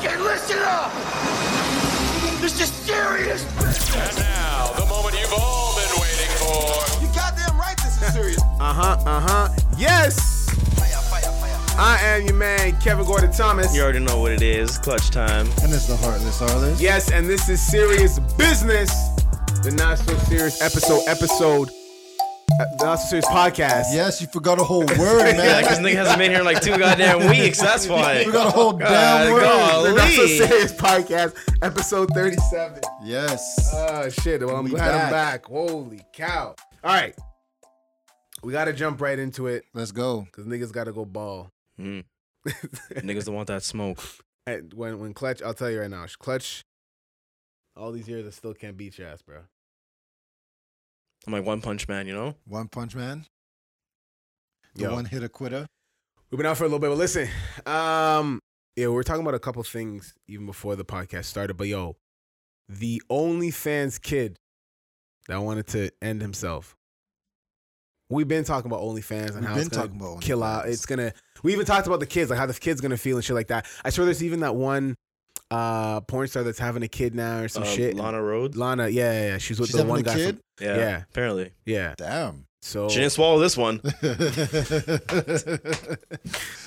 listen up! This is serious business! And now, the moment you've all been waiting for. You goddamn right this is serious. Uh huh, uh huh. Yes! fire, fire, fire. I am your man, Kevin Gordon Thomas. You already know what it is. Clutch time. And it's the Heartless Heartless. Yes, and this is serious business. The not so serious episode, episode, uh, the not so serious podcast. Yes, you forgot a whole word, Yeah, because man. nigga hasn't been here in like two goddamn weeks. That's why. You forgot a whole God, damn word. Uh, The not so golly. serious podcast, episode thirty-seven. Yes. Oh shit! Well, I'm We glad I'm back. Holy cow! All right, we gotta jump right into it Let's go. because niggas gotta go ball. Mm. Niggas don't want that smoke. And when when clutch, I'll tell you right now, clutch. All these years, I still can't beat your ass, bro. I'm like One Punch Man, you know? One Punch Man. The Yo. one hit a quitter. We've been out for a little bit, but listen, um, yeah, we were talking about a couple things even before the podcast started. But yo, the OnlyFans kid that wanted to end himself. We've been talking about OnlyFans and We've how been it's gonna talking about kill out. OnlyFans. It's gonna. We even talked about the kids, like how the kids gonna feel and shit like that. I swear, there's even that one uh porn star that's having a kid now or some Uh, shit. Lana Rhodes. Lana, yeah, yeah, yeah. she's with She's the having one a guy. kid. From, Yeah, Yeah. Oh. Apparently. yeah, Damn. so She didn't swallow this one. That's the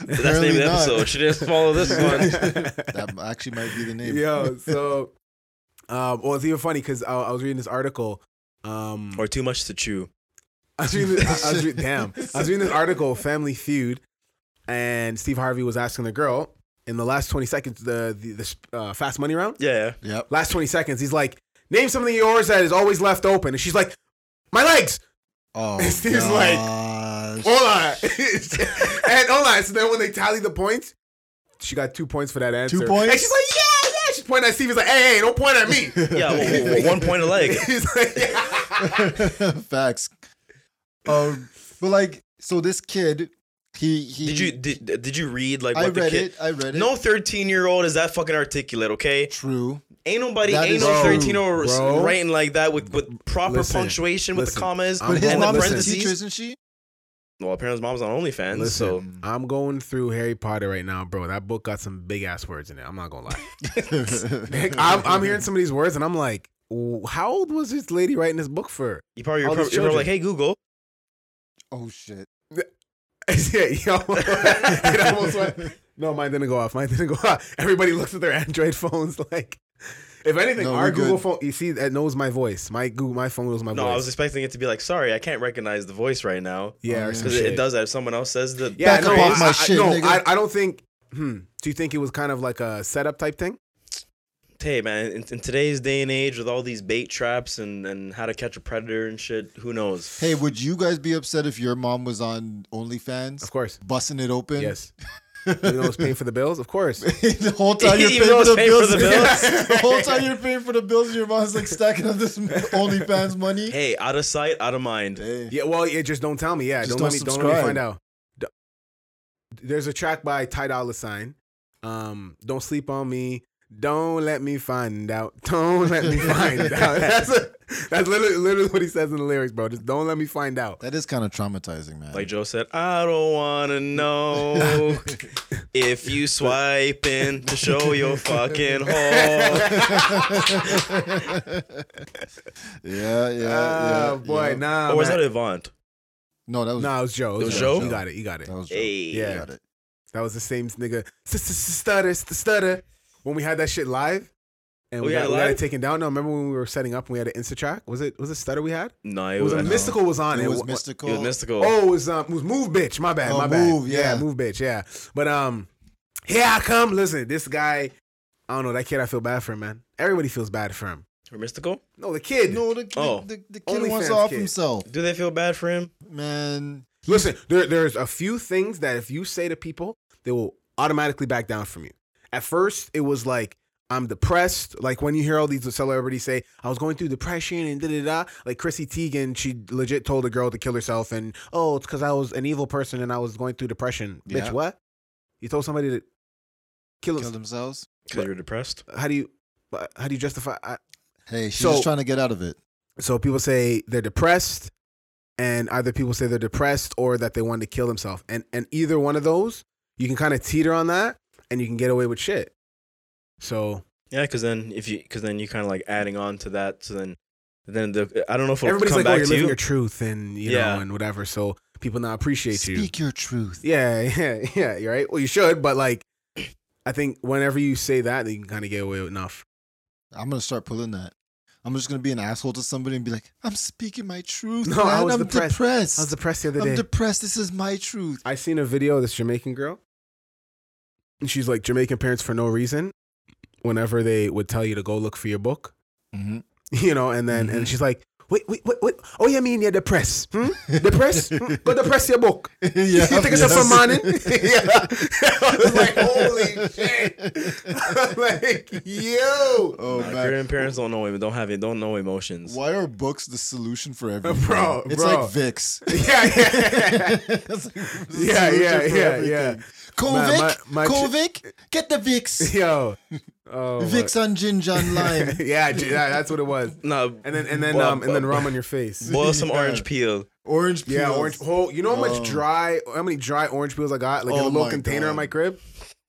name of Apparently the not. episode. She didn't swallow this one. That actually might be the name. Yo, so um, well, it's even funny because I, I was reading this article. Um, Or too much to chew. I was reading, I, I was reading, damn, I was reading this article, Family Feud, and Steve Harvey was asking the girl in the last twenty seconds, the the, the uh, fast money round. Yeah. Yep. Last twenty seconds, he's like, "Name something of yours that is always left open," and she's like, "My legs." Oh. Steve's like, oh. gosh. Hold on, and hold on. So then when they tally the points, she got two points for that answer. points? And she's like, "Yeah, yeah." She's pointing at Steve. He's like, "Hey, hey, don't point at me." Yeah, well, well, well, one point a leg. he's like, Facts. Um, but like, so this kid, he he. Did you did, did you read like what I the read kid it. I read it. No 13 year old is that fucking articulate, okay? True. Ain't nobody, That ain't is no true, 13 year bro. old writing like that with, with proper Listen, punctuation with listen. the commas. I'm But his going- and the mom is a parentheses. teacher, isn't she? Well, apparently his mom's on OnlyFans, so Listen, I'm going through Harry Potter right now, bro. That book got some big ass words in it. I'm not gonna lie. Nick, I'm, I'm hearing some of these words, and I'm like, "Ooh, how old was this lady writing this book for? you probably All you're, these probably, you're probably like, children. hey Google, Oh shit. yeah, yo, it almost went. No, mine didn't go off. Mine didn't go off. Everybody looks at their Android phones like. If anything, No, our we're good. Google phone, you see, that knows my voice. My Google, my phone knows my no, voice. I was expecting it to be like, sorry, I can't recognize the voice right now. yeah, or Oh, yeah. some Because it, shit. it does that if someone else says the Yeah, Back no, up off I, my I- shit, no, nigga. I, I don't think. Hmm. Do you think it was kind of like a setup type thing? hey man, in, in today's day and age with all these bait traps and, and how to catch a predator and shit, who knows? Hey, would you guys be upset if your mom was on Of OnlyFans, course. busting it open? Yes. you know who's paying for the bills? Of course. the whole time you're Even paying though for it's the paying for bills. the bills? the whole time you're paying for the bills, and your mom's like stacking up this OnlyFans money. Hey, out of sight, out of mind. Hey. Yeah, well, yeah, just don't tell me. Yeah, Just don't, let me don't don't let me subscribe. find out. D- There's a track by Ty Dolla Sign. Um, don't sleep on me. Don't let me find out. Don't let me find out. That's a, that's literally, literally what he says in the lyrics, bro. Just don't let me find out. That is kind of traumatizing, man. Like Joe said, I don't wanna know if you swiping to show your fucking hole. yeah, yeah, yeah. Oh boy, yeah. nah. Or was man. that Avant? No, that was no, it was Joe. It was Joe? You got it. You got it. that was Joe. Hey, Yeah. Got it. That was the same nigga. S- s- s- Stutter, st- stutter. When we had that shit live, and Oh, we, yeah, got, we got it live? taken down. No, remember when we were setting up and we had an Insta track? Was it was it stutter we had? No, it It was was, a it mystical was on It was Wa- wa- mystical. was mystical. Oh, it was um, it was move bitch. My bad. Oh, my bad. Move, yeah. move bitch. Yeah, but um, here I come. Listen, this guy. I don't know that kid. I feel bad for him, man. Everybody feels bad for him. Or mystical? No, the kid. No, the, the, Oh. the, the kid OnlyFans wants to off kid. himself, Do they feel bad for him? man. Listen, there, there's a few things that if you say to people, they will automatically back down from you. At first, it was like, I'm depressed. Like when you hear all these celebrities say, I was going through depression and da da da. Like Chrissy Teigen, she legit told a girl to kill herself and, oh, it's because I was an evil person and I was going through depression. Yeah. Bitch, what? You told somebody to kill, Kill himself. themselves. Because you're depressed? How do you, how do you justify? I, Hey, she's So- just trying to get out of it. so people say they're depressed and either people say they're depressed or that they wanted to kill themselves and and either one of those you can kind of teeter on that and you can get away with shit So Yeah, because then if you, because then you're kind of like adding on to that. So then, then the I don't know if it'll everybody's come like, "Oh, back you're to living you. your truth and you know Yeah. and whatever." So people now appreciate you. Speak your truth. Yeah, yeah, yeah. You're right. Well, you should, but like, I think whenever you say that, then you can kind of get away with enough. I'm gonna start pulling that. I'm just gonna be an asshole to somebody and be like, "I'm speaking my truth." No, I man. was I'm depressed. depressed. I was depressed the other I'm day. depressed. This is my truth. I seen a video of this Jamaican girl, and she's like Jamaican parents for no reason. Whenever they would tell you to go look for your book, Mm-hmm. you know, and then and she's like, "Wait, wait, wait, wait. Oh, you mean you're depressed? Hmm? Depressed? Hmm? Go depress your book. yeah, you think it's up for morning? yeah. I was like, holy shit! shit. like, yo. oh Nah, man, Korean parents don't know don't have it don't know emotions. why are books the solution for everything? Bro, it's bro. like Vicks. Yeah, yeah. It's like the Yeah, solution yeah, for yeah, everything. yeah. Kovic, my- my ch- Kovic, get the Vicks. Yo. Oh, my- Vicks on ginger on lime. yeah, j- yeah, that's what it was. No, And then and then boil- um and then rum on your face. boil some Yeah. orange peel. Orange peel. Yeah, orange. Oh, you know how much Oh. dry, how many dry orange peels I got, like in Oh a little my container in God. my crib.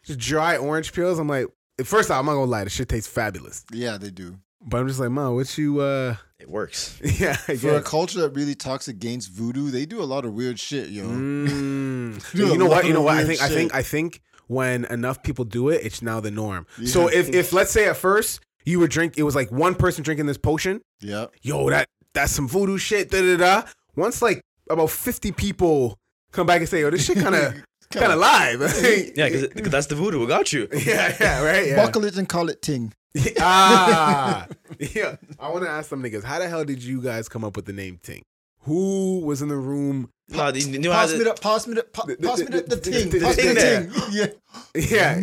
Just dry orange peels. I'm like, first off, I'm not gonna lie, this shit tastes fabulous. Yeah, they do. But I'm just like, mom, what you? uh It works. Yeah, I For a guess. culture that really talks against voodoo, they do a lot of weird shit, yo. Mm. Do a you know lot what? You know of what? I weird think I think shit. I think when enough people do it, it's now the norm. So Yeah. if if let's say at first you were drink, it was like one person drinking this potion. Yeah. Yo, that that's some voodoo shit. Da da da. Once like about 50 people come back and say, yo, this shit kind of kind of live. Yeah, because that's the voodoo. It got you. Yeah, yeah, right. Yeah. Buckle it and call it ting. ah, yeah. I want to ask some niggas, how the hell did you guys come up with the name Ting? Who was in the room? No, you knew how Pass me to, the, pass me the, pa- The- the- pass me the, the- the ting. the- Pass me the- the ting. the- Yeah. Yeah,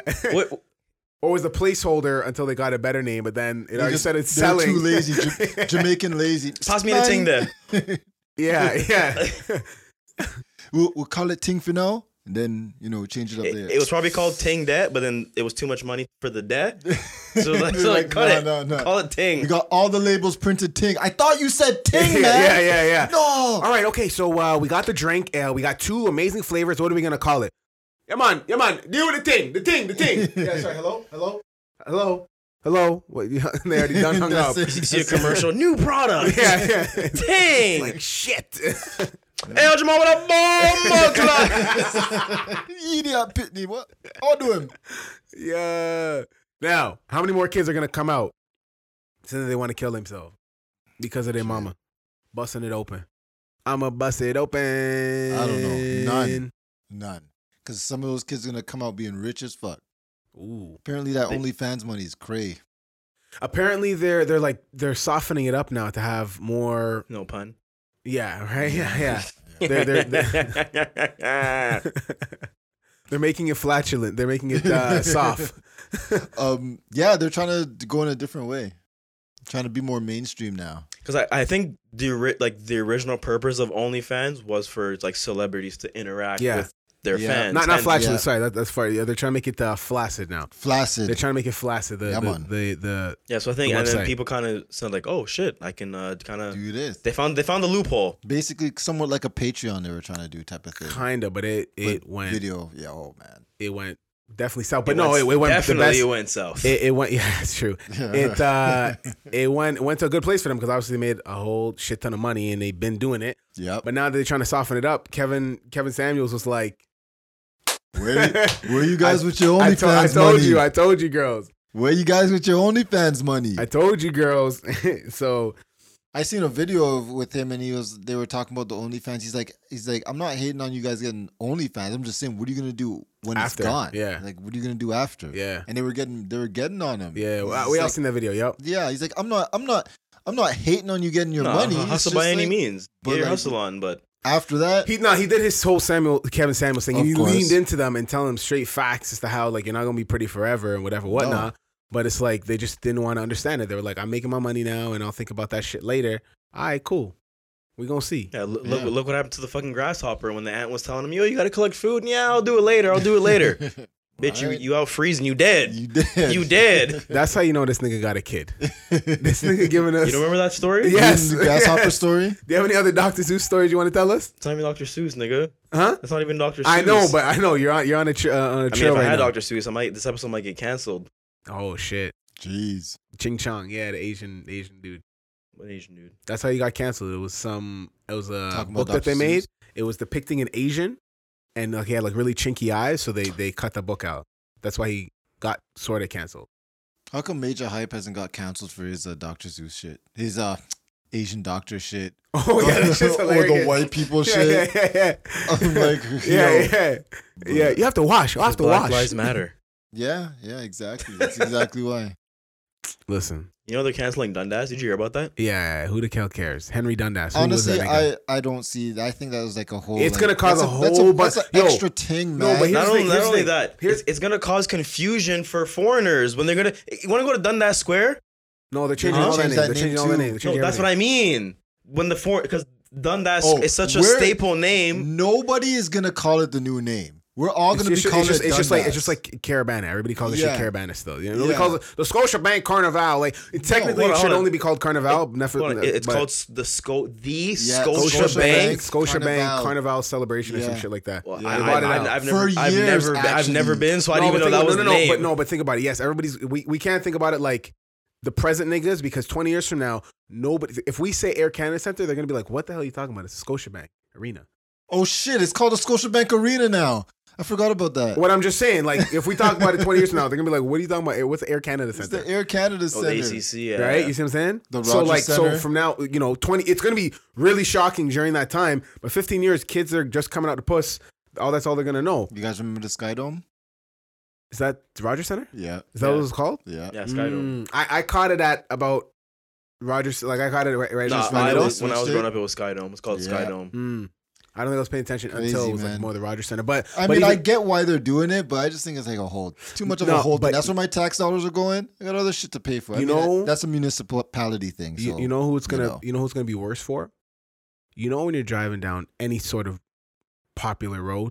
Mm. yeah. what, or was the placeholder until they got a better name, but then it They already just- said it's they're selling. Too lazy. Ja- Jamaican lazy. pass me the thing Man, there. yeah, yeah. We'll, we'll call it ting for now, and then you know change it up there. It, it was probably called Ting Debt, but then it was too much money for the debt. So like, so like, cut no, it. no, no. Call it Ting. we got all the labels printed ting. I thought you said ting, yeah, man. yeah, yeah, yeah. No. All right, okay. So uh, we got the drink. Uh, we got two amazing flavors. What are we gonna call it? Yeah, man. Yeah, man. Deal with the thing. The thing. The thing. yeah. Sorry. Hello. Hello. Hello. Hello. What, they already done hung up. That's it. You see a commercial, new product. Yeah. Yeah. It's Ting. like shit. El Jamal with a bomb clock. Idiot Pitney. What? I'll do him. yeah. Now, how many more kids are gonna come out since they want to kill themselves because of their mama busting it open? I'ma bust it open. I don't know. None. None. Because some of those kids are gonna come out being rich as fuck. Ooh. Apparently, that OnlyFans money is cray. Apparently they're they're like they're softening it up now to have more No pun. Yeah, right. Yeah, yeah. They're, they're, they're, they're making it flatulent. They're making it uh, soft. Um, yeah, they're trying to go in a different way, trying to be more mainstream now. Because I, I think the ori- like the original purpose of OnlyFans was for like celebrities to interact Yeah. with their Yeah. fans. Not not and- flatulent. Yeah. Sorry, that, that's far. Yeah, they're trying to make it uh, flaccid now. They're Flaccid. trying to make it flaccid. The the, Yeah, man. the the Yeah, so I think the and website. then people kind of said like, oh shit, I can uh, kind of. do this. They found they found the loophole. Basically, somewhat like a Patreon they were trying to do type of thing. kinda, but it it But went video. Yeah. Oh man. it went definitely south. But no, it, it went the definitely best. it went south. It, it went. Yeah, it's true. Uh-huh. It uh, it went it went to a good place for them because obviously they made a whole shit ton of money and they've been doing it. Yep. But now that they're trying to soften it up, Kevin Kevin Samuels was like, Where, you- where you guys I- with your I, OnlyFans to- I told money? you, I told you, girls. where you guys with your OnlyFans money? I told you, girls. so I seen a video of, with him and he was they were talking about the OnlyFans. He's like he's like I'm not hating on you guys getting OnlyFans. I'm just saying what are you gonna do when After, it's gone? yeah. Like what are you gonna do after? yeah, And they were getting they were getting on him. yeah, He's we, just we all like- seen that video. Yep. Yeah. He's like I'm not I'm not I'm not hating on you getting your No, money. hu- It's hustle just by any like, means. but Get your like- hustle on, but After that, He no, he did his whole Samuel Kevin Samuels thing. Of He course. leaned into them and telling them straight facts as to how like you're not gonna be pretty forever and whatever whatnot. But it's like they just didn't want to understand it. They were like, "I'm making my money now, and I'll think about that shit later." All right, cool. We gonna see. yeah, look, look Yeah. look what happened to the fucking grasshopper when the ant was telling him, "Yo, you gotta collect food." Yeah, I'll do it later. I'll do it later. Bitch, you Right. you out freezing. You dead. you did. You dead. That's how you know this nigga got a kid. this nigga giving us. You don't remember that story? Yeah. Yes. Yes. The grasshopper Yeah. story. Do you have any other Doctor Seuss stories you want to tell us? It's not even Dr. Seuss, nigga. Huh? That's not even Dr. Seuss. I know, but I know you're on you're on a tr- uh, on a I mean, trail if I right had now. Dr. Seuss, I might this episode might get canceled. Oh shit, Jeez. Ching Chong, yeah, the Asian Asian dude. What Asian dude? That's how you got canceled. It was some. It was a Talking about book that they Dr. made. Seuss. It was depicting an Asian, and like, he had like really chinky eyes, so they they cut the book out. That's why he got sort of canceled. How come Major Hype hasn't got canceled for his uh, Doctor Zeus shit? His uh Asian doctor shit. Oh yeah, that's just or the hilarious. white people yeah, shit. Yeah, yeah, I'm yeah. like, yeah, yo. yeah, yeah. You have to wash. You have to Black wash. Lives Matter. Yeah, yeah, exactly. That's exactly why. Listen, You know they're canceling Dundas. Did you hear about that? yeah. Who the hell cares? Henry Dundas. Who was Honestly, that nigga? I, I don't see. that. I think that was like a whole. It's like- gonna cause that's a that's whole that's bunch- an Yo, extra ting, no, man. but here's not the only, thing, not here's the only thing. that, Here's- it's, it's gonna cause confusion for foreigners when they're gonna. You want to go to Dundas Square? no, they're changing Huh? all their Change names. They're that name changing all their too. names. No, that's what I mean. When the foreign, because Dundas Oh, is such a we're- staple name. Nobody is gonna call it the new name. We're all It's gonna be just, calling it's just, it. it's just like it's Dundas. just like Caravana. Everybody calls this Yeah. shit Caravana still. You know, they Yeah. call it the Scotiabank Carnival. Like it technically, hold it on, should hold on. only be called Carnival. never- Hold on, it- it's but- called s- the Sco the Scotiabank. Yeah, Scotiabank. Scotiabank Carnival. Carnival celebration or some Yeah. shit like that. Well, They I, bought it I, out. I, I've For never, I've years, never, I've actually. never been, so I No, didn't but even know think- that was no, the no, no, name. But no, but think about it. Yes, everybody's we, we can't think about it like the present niggas because twenty years from now, nobody. If we say Air Canada Center, they're gonna be like, "What the hell are you talking about? It's Scotiabank Arena." oh shit! It's called the Scotiabank Arena now. I forgot about that. What I'm just saying, like, if we talk about it twenty years from now, they're gonna be like, "What are you talking about? What's Air Canada It's Center?" the Air Canada oh, Center. the ACC, yeah. right? You see what I'm saying? The so Rogers like so Center. from now, you know, 20 it's going to be really shocking during that time, but 15 years kids are just coming out the puss. All that's all they're going to know. You guys remember the Sky Dome? Is that the Rogers Center? Yeah, Is that Yeah. what it's called? yeah. Yeah, Skydome. Mm, I I caught it at about Rogers like I caught it right, right Nah, just when I it right was- was, when I was switched growing it. up, it was Skydome. It's called Yeah. Skydome. Mm. I don't think I was paying attention Crazy, until it was like man. more the Rogers Center, but I but mean, I even- get why they're doing it, but I just think it's like a whole too much of No, a whole but- thing. That's where my tax dollars are going. I got other shit to pay for. I You mean, know- that's a municipality thing. So you, you know who it's you gonna you know. know. who's gonna be worse for? You know when you're driving down any sort of popular road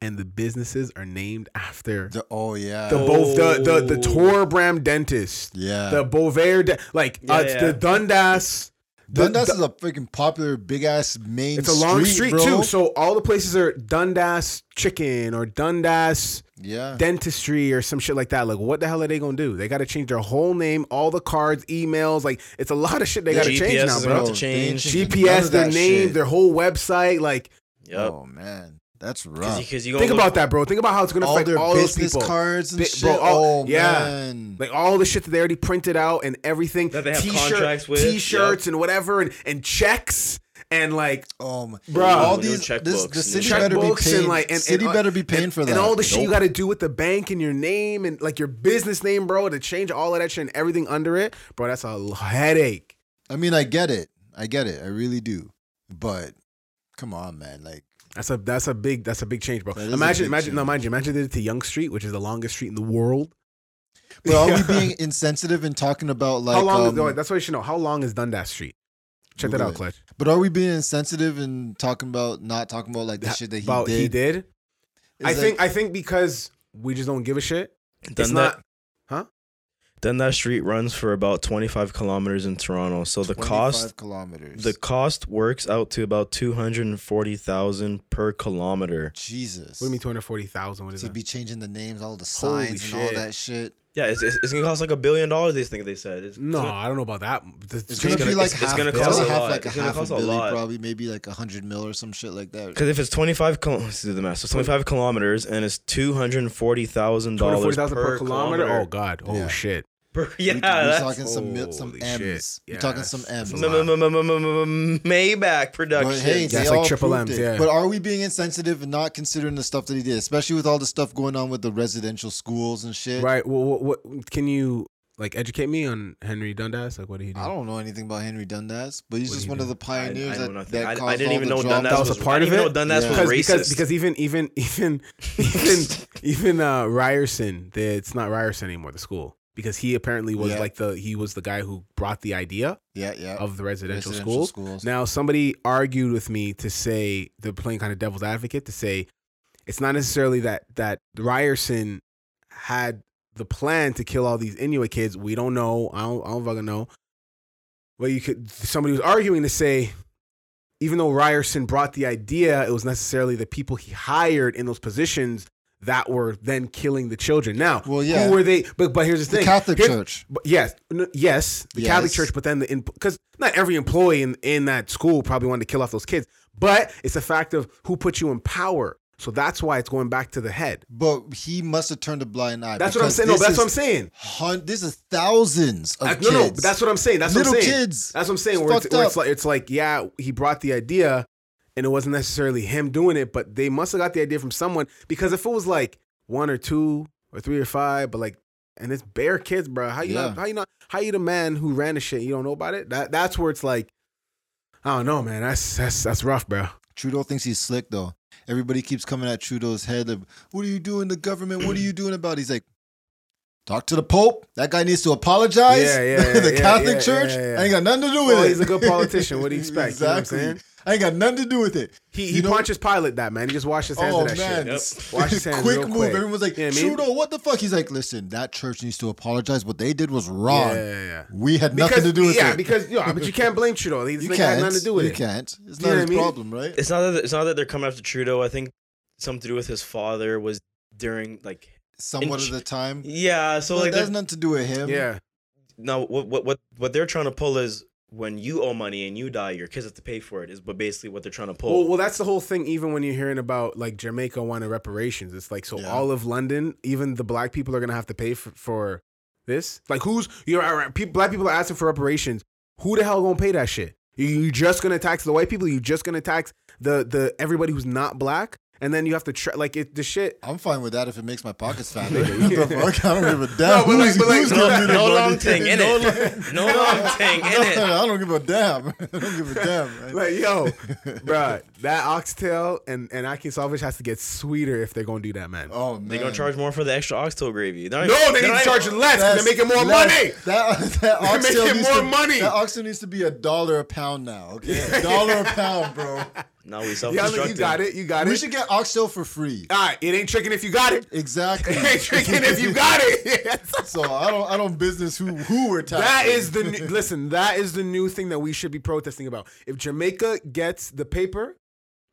and the businesses are named after The- oh yeah, the both the the the Torbram dentist, Oh. yeah. the Bovair, de- like Yeah, uh, yeah. the Dundas. the- Dundas the- is a freaking popular big ass main. it's a long street, street, bro. too, so all the places are Dundas Chicken or Dundas yeah, Dentistry or some shit like that. Like, what the hell are they gonna do? They got to change their whole name, all the cards, emails. Like, it's a lot of shit they The got to GPS change now, is about bro. to change. They ain't changing none GPS, of their that name, shit. their whole website. Like, Yep. Oh man, that's rough. Because you gonna think look- about that, bro. Think about how it's gonna all affect their all those business people. cards and Bi- shit. bro, all- oh yeah. man, like all the shit that they already printed out and everything That they have t-shirt, contracts with, t-shirts and whatever and, and checks and like oh my, Bro. all New these this, checkbooks, new the city better be checkbooks paying. and like and, uh, city and, better be paying and- for that. and all the shit you got to do with the bank and your name and like your business name bro to change all of that shit and everything under it bro that's a l- headache I mean, I get it, I get it, I really do. But come on, man, like that's a that's a big that's a big change bro That is a imagine big imagine no change. mind you imagine they did it to young street which is the longest street in the world But are we being insensitive and talking about like? how long um, is no, that's what you should know how long is dundas street check that Google out it. clutch but are we being insensitive and talking about not talking about like the shit that he about did? he did It's i like, think i think because we just don't give a shit Then it's that- not Then that street runs for about 25 kilometers in Toronto. So the 25 cost kilometers. the cost works out to about 240,000 per kilometer. Jesus. What do you mean 240,000? What is To that? be changing the names, all the Holy signs, and all shit. that shit. Yeah, it's, it's, it's going to cost like a billion dollars they think they said. It's, No, it's gonna- I don't know about that. This- It's, this gonna, is be gonna- like it's- half. it's gonna it's cost gonna a have lot. like a It's gonna half cost a a billion, lot. probably maybe like a hundred mil or some shit like that. Because if it's 25, kil- let's do the math. So 25 kilometers and it's $240,000 240,000 per, per kilometer. Oh god. Oh Yeah. shit. Per- We- yeah, we, that's talking some mil, some Holy M's. shit. We're Yeah, talking that's- some that's M's. a M- lot. m- m- m- m- m- Maybach But hey, Productions. Yeah, they it's like all triple approved Ms, it. yeah. But are we being insensitive and not considering the stuff that he did, especially with all the stuff going on with the residential schools and shit? Right. Well, what, what can you like educate me on Henry Dundas? Like what did he do? I don't know anything about Henry Dundas, but he's What do just you one do? of the I, I pioneers know that, nothing. that I, caused I didn't all even the know drama. Dundas That was, was a part I of didn't it? Know Dundas Yeah. was because, racist. because because even even even even even uh Ryerson, the, it's not Ryerson anymore, the school. Because he apparently was Yeah. like the he was the guy who brought the idea Yeah, yeah. of the residential, Residential schools. schools. Now somebody argued with me to say they're playing kind of devil's advocate to say it's not necessarily that that Ryerson had the plan to kill all these Inuit kids. We don't know. I don't, I don't fucking know. But you could somebody was arguing to say even though Ryerson brought the idea, it was necessarily the people he hired in those positions that were then killing the children. Now, Well, yeah. who were they? But but here's the The thing: Catholic Here- Church. But yes, n- yes, the Catholic Yes. Church. But then the because not every employee in in that school probably wanted to kill off those kids. But it's a fact of who put you in power. So that's why it's going back to the head. But he must have turned a blind eye. That's what I'm because saying. No, this that's what I'm is saying. Hun- this is thousands of I- kids. No, no, but that's what I'm saying. That's what I'm Little saying. kids. That's what I'm saying. It's Where it's, fucked where it's up. like it's like yeah, he brought the idea, and it wasn't necessarily him doing it, but they must have got the idea from someone because if it was like one or two or three or five, but like. And it's bare kids, bro. How you Yeah. not? How you not? How you the man who ran the shit? You don't know about it. That that's where it's like, I don't know, man. That's that's that's rough, bro. Trudeau thinks he's slick though. Everybody keeps coming at Trudeau's head. Of, what are you doing, the government? What are you doing about? it?" He's like, talk to the Pope. That guy needs to apologize. Yeah, yeah, the yeah, Catholic yeah, Church. yeah, yeah. I ain't got nothing to do with Well, it. he's a good politician. What do you expect? You know what I'm saying? I ain't got nothing to do with it. He You he know- punches Pilot that man. He just washed his hands Oh of that man, shit. Yep. Wash his hands quick real move. quick. Everyone's like, You know what I mean? Trudeau, what the fuck? He's like, listen, that church needs to apologize. What they did was wrong. Yeah, yeah, yeah. We had nothing to do with yeah, it. because yeah, but you can't blame Trudeau. He's you like, can't. had nothing to do with you it. can't. It's You know not what his I mean? problem, right? It's not that it's not that they're coming after Trudeau. I think something to do with his father was during like Somewhat Inch- of the time. yeah. So So like, like it they're- has nothing to do with him. Yeah, no what what what what they're trying to pull is when you owe money and you die, your kids have to pay for it. Is but basically what they're trying to pull. well, well, that's the whole thing. Even when you're hearing about like Jamaica wanting reparations, it's like so Yeah. all of London, even the black people are gonna have to pay for, for this. Like, who's you're all right, people, black people are asking for reparations. Who the hell gonna pay that shit? You, you just gonna tax the white people? You just gonna tax the the everybody who's not black? And then you have to try like it the shit. I'm fine with that if it makes my pockets fat. Nigga. What the fuck? I don't give a damn. No, but like- who's, but like- who's no- giving me the no money? long thing in No it. long- No long thing in it. I don't give a damn. I don't give a damn. Right? Like yo, bruh, that oxtail and and Aki Salvage has to get sweeter if they're gonna do that, man. oh man, They're gonna charge more for the extra oxtail gravy. They're not even- No, they they're need not to charge even- less. 'cause That's They're making more less. money. That, that oxtail making needs more to, money. That oxtail needs to be a dollar a pound now. Okay, a dollar a pound, bro. No, we Yeah, self-destructed. look, you got it. You got We it. should get oxtail for free. All right, it ain't tricking if you got it. Exactly. It ain't tricking if you got it. So I don't, I don't business who who we're taxing. that is the new, listen. That is the new thing that we should be protesting about. If Jamaica gets the paper,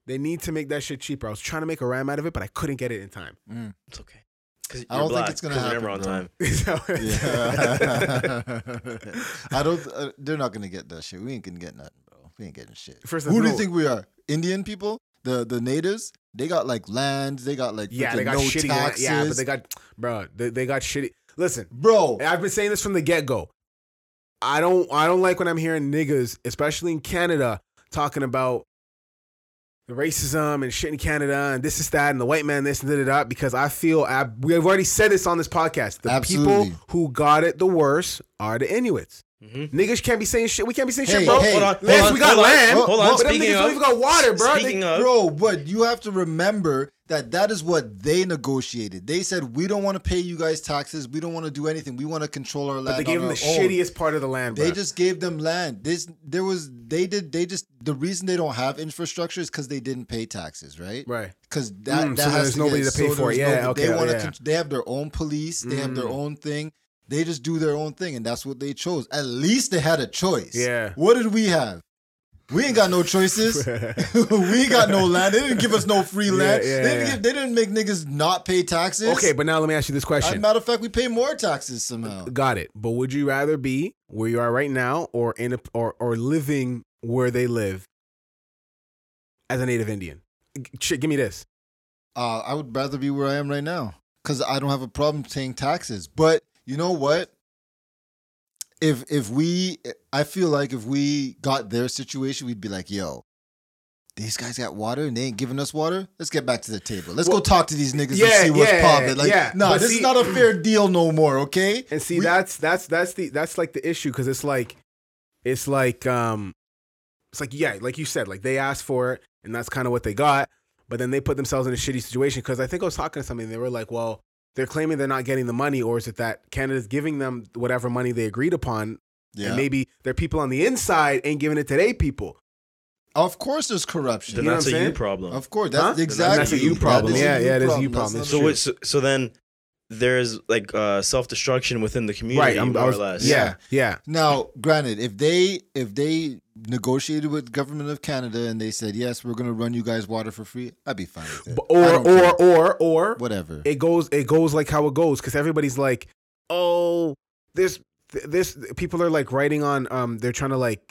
they need to make that shit cheaper. I was trying to make a rhyme out of it, but I couldn't get it in time. It's okay. Cause I you're don't think black, it's gonna 'cause you're never on happen, bro. time. So- Yeah. I don't. Uh, they're not gonna get that shit. We ain't gonna get nothing, bro. We ain't getting shit. First and Who do you foremost- think we are? Indian people? The the natives? They got like land. They got like yeah, freaking they got no shitty. taxes. Yeah, but they got, bro, they, they got shitty. Listen, bro. I've been saying this from the get go. I don't I don't like when I'm hearing niggas, especially in Canada, talking about the racism and shit in Canada and this is that and the white man this and da da da because I feel ab- we have already said this on this podcast. The Absolutely. people who got it the worst are the Inuits. Mhm. Niggas can't be saying shit. We can't be saying Hey, shit, bro. hey, Hold on, Yes, hold on, we got hold on, land, Hold on. but them Speaking niggas don't of, even got water, bro. They- Speaking of, Bro, but you have to remember that that is what they negotiated. They said we don't want to pay you guys taxes. We don't want to do anything. We want to control our land. But they gave on them the our own." shittiest part of the land, bro. They just gave them land. This there was they did they just the reason they don't have infrastructure is because they didn't pay taxes, right? right. Because that, Mm, that so has there's to nobody get- to pay so for it. there's Yeah, nobody- okay, They wanna yeah. Mm. con- they have their own police. They have their own thing. They just do their own thing, and that's what they chose. At least they had a choice. Yeah. What did we have? We ain't got no choices. we ain't got no land. They didn't give us no free land. yeah, they, didn't yeah. give, they didn't make niggas not pay taxes. Okay, but now let me ask you this As a question. matter of fact, we pay more taxes somehow. Got it. But would you rather be where you are right now or in a, or or living where they live as a native Indian? G- Shit, give me this. Uh, I would rather be where I am right now because I don't have a problem paying taxes. But you know what? If if we, I feel like if we got their situation, we'd be like, yo. These guys got water and they ain't giving us water. Let's get back to the table. Let's Well, go talk to these niggas yeah, and see what's yeah, poppin'. Like, yeah. nah, But this see- is not a fair deal no more. Okay. And see, We- that's that's that's the that's like the issue because it's like it's like um it's like yeah, like you said, like they asked for it and that's kind of what they got, but then they put themselves in a shitty situation because I think I was talking to somebody and they were like, well, they're claiming they're not getting the money, or is it that Canada's giving them whatever money they agreed upon, yeah. and maybe their people on the inside ain't giving it to their people. of course, there's then corruption. know what that's I'm a you saying? problem. Of course, that's Huh? Then exactly that's a you That is problem. a Yeah, you yeah, it is you That's problem. not It's a so, what, so so then there's like uh, self-destruction within the community, I'm- I more was- or less. Yeah, yeah. Now, granted, if they if they negotiated with government of Canada and they said yes, we're gonna run you guys water for free, I'd be fine with it. B- I or don't or, care. or or whatever. it goes it goes like how it goes because everybody's like oh this th- this people are like writing on um they're trying to like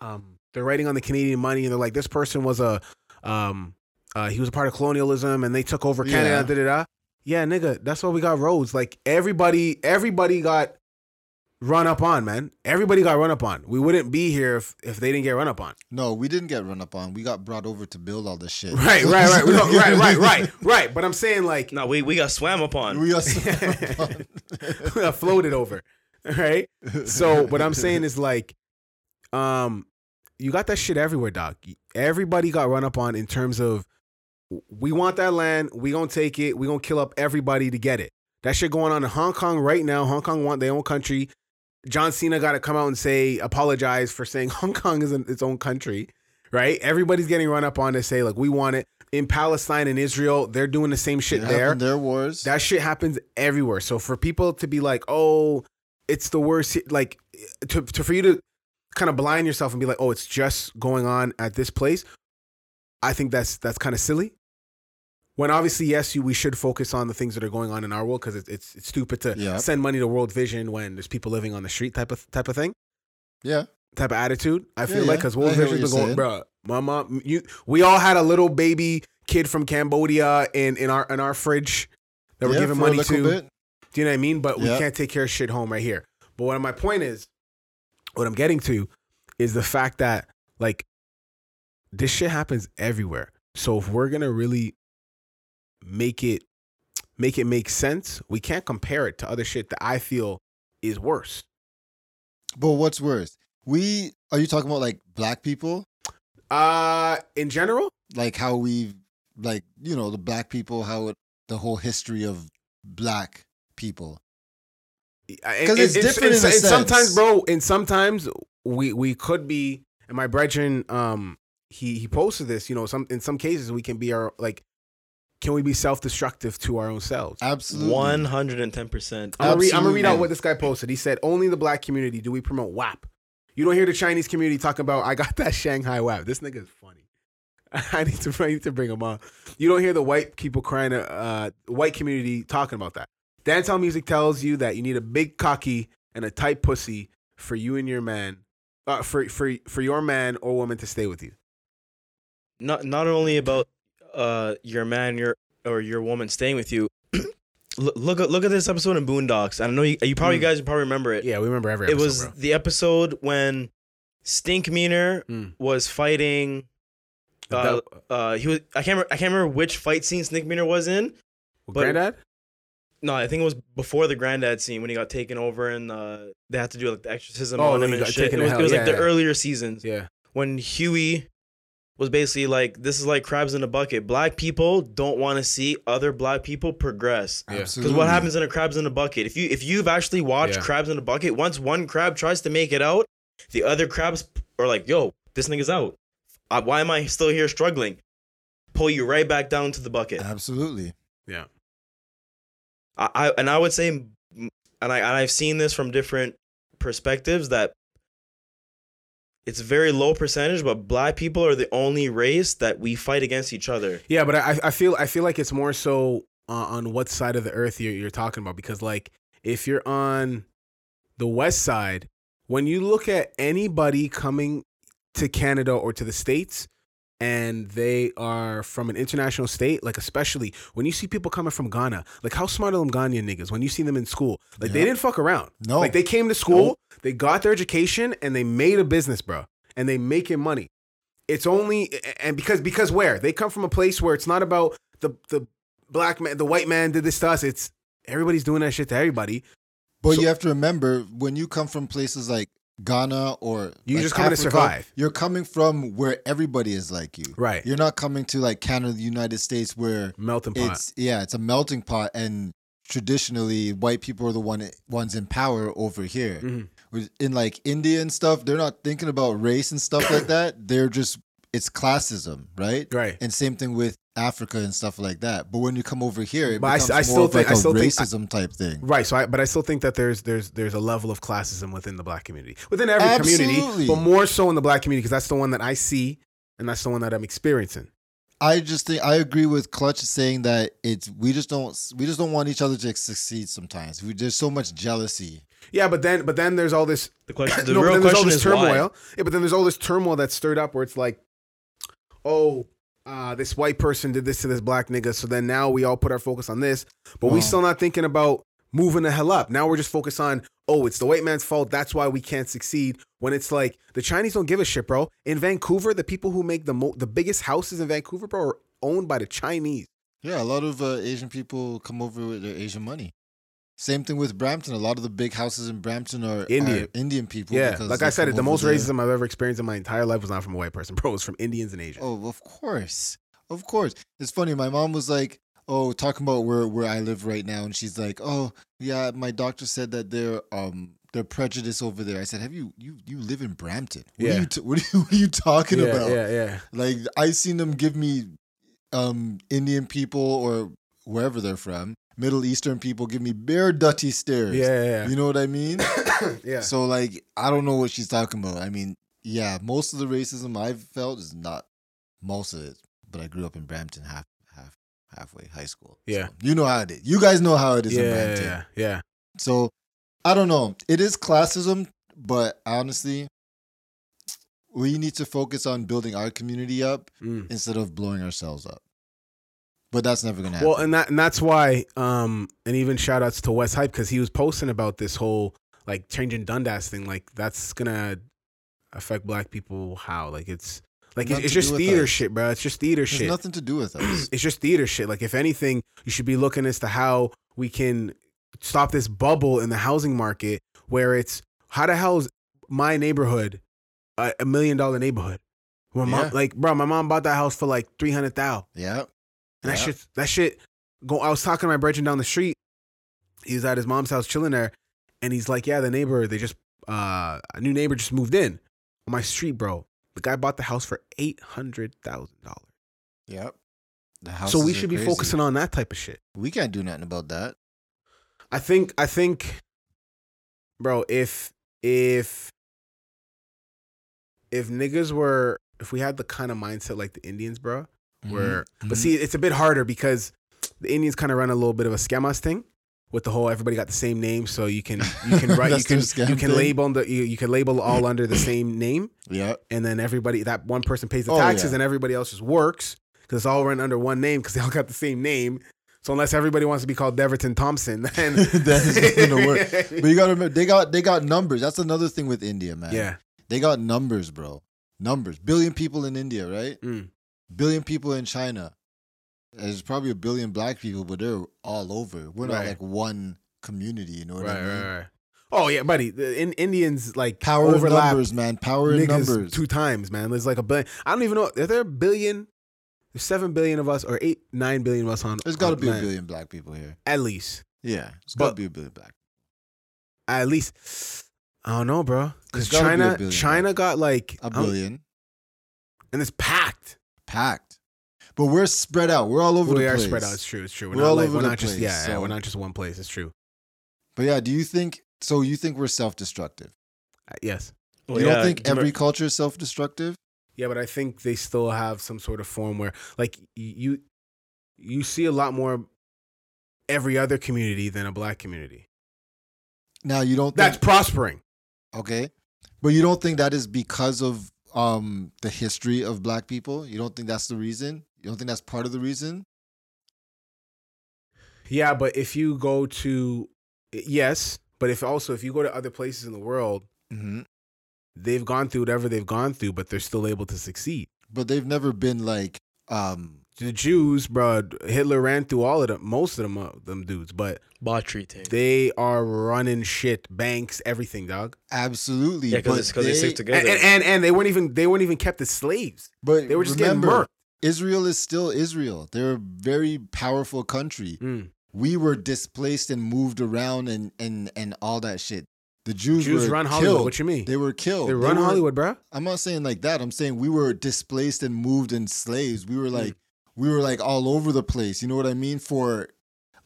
um they're writing on the Canadian money and they're like this person was a um uh he was a part of colonialism and they took over Canada da Yeah. da da yeah nigga that's why we got roads like everybody everybody got run up on man everybody got run up on we wouldn't be here if if they didn't get run up on no, we didn't get run up on. We got brought over to build all this shit. right right right no, right right right right but I'm saying like No, we, we got swam upon. We got swept up on. floated over. Right? So what I'm saying is like, um, you got that shit everywhere, doc. Everybody got run up on in terms of we want that land, we gonna take it, we gonna kill up everybody to get it. That shit going on in Hong Kong right now. Hong Kong want their own country. John Cena got to come out and say apologize for saying Hong Kong is in its own country, right? Everybody's getting run up on to say like we want it in Palestine and Israel. They're doing the same shit It there. happened, Their wars. That shit happens everywhere. So for people to be like, "Oh, it's the worst," like to, to for you to kind of blind yourself and be like, "Oh, it's just going on at this place," I think that's that's kind of silly. When obviously, yes, you, we should focus on the things that are going on in our world because it's, it's it's stupid to Yeah. send money to World Vision when there's people living on the street type of type of thing yeah. type of attitude. I feel yeah. like because World I hear Vision's what been going, you're bruh, my mom, you, we all had a little baby kid from Cambodia in in our in our fridge that we're yeah, giving for a money little to. bit. Do you know what I mean? But we Yeah. can't take care of shit home right here. But what my point is, what I'm getting to is the fact that like this shit happens everywhere. So if we're gonna really make it make it make sense, we can't compare it to other shit that I feel is worse. But what's worse? We are you talking about like black people? Uh in general, Like how we like you know the black people how it the whole history of black people. because it's different in a sense. sometimes, bro, and sometimes we we could be. And my brethren, um, he he posted this. You know, some in some cases we can be our like, can we be self destructive to our own selves? Absolutely. 110%. I'm gonna, read, I'm gonna read out Absolutely. what this guy posted. He said, "Only the black community do we promote WAP. You don't hear the Chinese community talking about I got that Shanghai WAP. This nigga is funny. I need to I need to bring him on. You don't hear the white people crying, uh, uh, white community talking about that. Dancehall music tells you that you need a big cocky and a tight pussy for you and your man, uh, for for for your man or woman to stay with you. Not, not only about uh, your man your or your woman staying with you, look, look, at- look at this episode in Boondocks. I know you, you probably, you guys probably remember it. Hmm. Yeah, we remember every. it Episode, was bro. the episode when Stink Meaner Mm. was fighting. Uh, That- uh, he was. I can't. Remember, I can't remember which fight scene Stink Meaner was in. but- granddad. No, I think it was before the granddad scene when he got taken over and uh, they had to do like the exorcism Oh, on when him he and got shit. taken to It was, hell, it was yeah, like the yeah. earlier seasons Yeah, when Huey was basically like, "This is like crabs in a bucket. Black people don't want to see other black people progress." Because Absolutely. what happens in a crabs in a bucket? If you if you've actually watched Mm. Yeah. crabs in a bucket, once one crab tries to make it out, the other crabs are like, "Yo, this nigga's out. Uh, why am I still here struggling?" Pull you right back down to the bucket. Absolutely. I, I and I would say, m- and I and I've seen this from different perspectives that it's very low percentage, but black people are the only race that we fight against each other. Yeah, but I I feel I feel like it's more so on, on what side of the earth you're you're talking about because like if you're on the west side, when you look at anybody coming to Canada or to the states and they are from an international state, like especially when you see people coming from Ghana, like how smart are them Ghanaian niggas when you see them in school? Like they Yeah. didn't fuck around. No. Like they came to school, Oh. they got their education, and they made a business, bro. And they making money. It's only and because because where they come from a place where it's not about the the black man, the white man did this to us. It's everybody's doing that shit to everybody. But So- you have to remember when you come from places like Ghana or You like just coming to survive. You're coming from where everybody is like you. Right. You're not coming to like Canada, the United States, where Melting pot. it's yeah, it's a melting pot, and traditionally white people are the one ones in power over here. Mhm. Whereas In like India and stuff, they're not thinking about race and stuff like that. They're just it's classism, right? Right. And same thing with Africa and stuff like that. But when you come over here, it But I s- becomes I more still of like think- I a still think- racism type thing. Right. So, I, but I still think that there's there's there's a level of classism within the black community, within every community, Absolutely. but more so in the black community because that's the one that I see and that's the one that I'm experiencing. I just think I agree with Clutch saying that it's we just don't we just don't want each other to succeed. Sometimes we, there's so much jealousy. Yeah, but then but then there's all this The question, the no, but real then there's all question this is turmoil. why. Yeah, but then there's all this turmoil that's stirred up where it's like, oh, uh, this white person did this to this black nigga, so then now we all put our focus on this, but we Wow. still not thinking about moving the hell up. Now we're just focused on, oh, it's the white man's fault. That's why we can't succeed. When it's like the Chinese don't give a shit, bro. In Vancouver, the people who make the mo- the biggest houses in Vancouver, bro, are owned by the Chinese. Yeah, a lot of uh, Asian people come over with their Asian money. Same thing with Brampton. A lot of the big houses in Brampton are Indian. Indian, are Indian people. Yeah, because like they I said, come the over most there. racism I've ever experienced in my entire life was not from a white person, bro. It was from Indians and Asians. Oh, of course, of course. It's funny. My mom was like, "Oh, talking about where where I live right now," and she's like, "Oh, yeah, my doctor said that they're um they're prejudiced over there." I said, "Have you you you live in Brampton? What Yeah. Are you t- what, are you, what are you talking yeah, about? yeah, yeah. Like I seen them give me um Indian people or wherever they're from, Middle Eastern people give me bare dirty stares. Yeah, yeah, You know what I mean? yeah. yeah. So like I don't know what she's talking about. I mean, yeah, most of the racism I've felt is not most of it, but I grew up in Brampton half half halfway high school. Yeah. So, you know how it is. You guys know how it is in yeah, Brampton. yeah, yeah. So I don't know. It is classism, but honestly, we need to focus on building our community up Mm. instead of blowing ourselves up. But that's never gonna happen. Well, and that and that's why, um, and even shout outs to West Hype because he was posting about this whole like changing Dundas thing. Like that's gonna affect black people. How? Like it's like it's, Nothing it's to do just with theater us. shit, bro. It's just theater There's shit. nothing to do with us. it's just theater shit. Like if anything, you should be looking as to how we can stop this bubble in the housing market where it's how the hell is my neighborhood a, a million dollar neighborhood? My mom, Yeah. like, bro, my mom bought that house for like three hundred thousand. yeah. And that Yeah. shit, that shit, go. I was talking to my brethren down the street. He was at his mom's house chilling there, and he's like, "Yeah, the neighbor, they just, uh, a new neighbor just moved in on my street, bro. The guy bought the house for eight hundred thousand dollars. Yep. The So we houses are should be crazy. focusing on that type of shit. We can't do nothing about that. I think, I think, bro, if if if niggas were, if we had the kind of mindset like the Indians, bro, where but mhm. see it's a bit harder because the Indians kind of run a little bit of a scamas thing with the whole everybody got the same name so you can you can write you That's their can scam you can thing. label the you, you can label all under the same name yeah, and then everybody that one person pays the Oh, taxes yeah. and everybody else just works because it's all run under one name because they all got the same name so unless everybody wants to be called Deverton Thompson then that is gonna work. But you gotta remember they got they got numbers. That's another thing with India, man. yeah they got numbers, bro. Numbers. Billion people in India, right? Mm. Billion people in China. There's probably a billion black people, but they're all over. We're not Right. like one community. You know what right I mean? right right oh yeah buddy the in, Indians like Power in overlap numbers, man. Power in niggas numbers. two times, man. There's like a billion. I don't even know. Are there a billion? There's seven billion of us, or eight, nine billion of us on. There's got to on be a land. billion black people here. At least, Yeah, there's But- got to be a billion black. at least. I don't know, bro. Because There's gotta be a China, billion, China got like A I don't- billion and it's packed. packed, but we're spread out. We're all over we the are place. spread out. It's true. It's true. We're, We're not all like over we're the not just place, yeah, yeah. so- We're not just one place. It's true. But yeah, do you think so? You think we're self-destructive? Uh, Yes. Well, you don't Oh, yeah, think it's mer- every culture is self-destructive? Yeah, but I think they still have some sort of form where like y- you, you see a lot more every other community than a black community Now you don't. that's Think, prospering. okay, but you don't think that is because of um the history of black people? You don't think that's the reason? You don't think that's part of the reason? Yeah, but if you go to yes, but if also if you go to other places in the world, Mm-hmm. they've gone through whatever they've gone through, but they're still able to succeed. But they've never been like um The Jews, bro, Hitler ran through all of them, most of them, uh, them dudes, but Botry thing. they are running shit, banks, everything, dog, absolutely. yeah, but because they, stick together. and, and and and they weren't even they weren't even kept as slaves. But They were just remember, getting Israel is still Israel. They're a very powerful country. murked. Mm. we were displaced and moved around and and and all that shit. The Jews, Jews were run Hollywood, killed. what you mean? They were killed. They run were- Hollywood, bro. I'm not saying like that. I'm saying we were displaced and moved and slaves. We were Hmm. like we were like all over the place. You know what I mean? For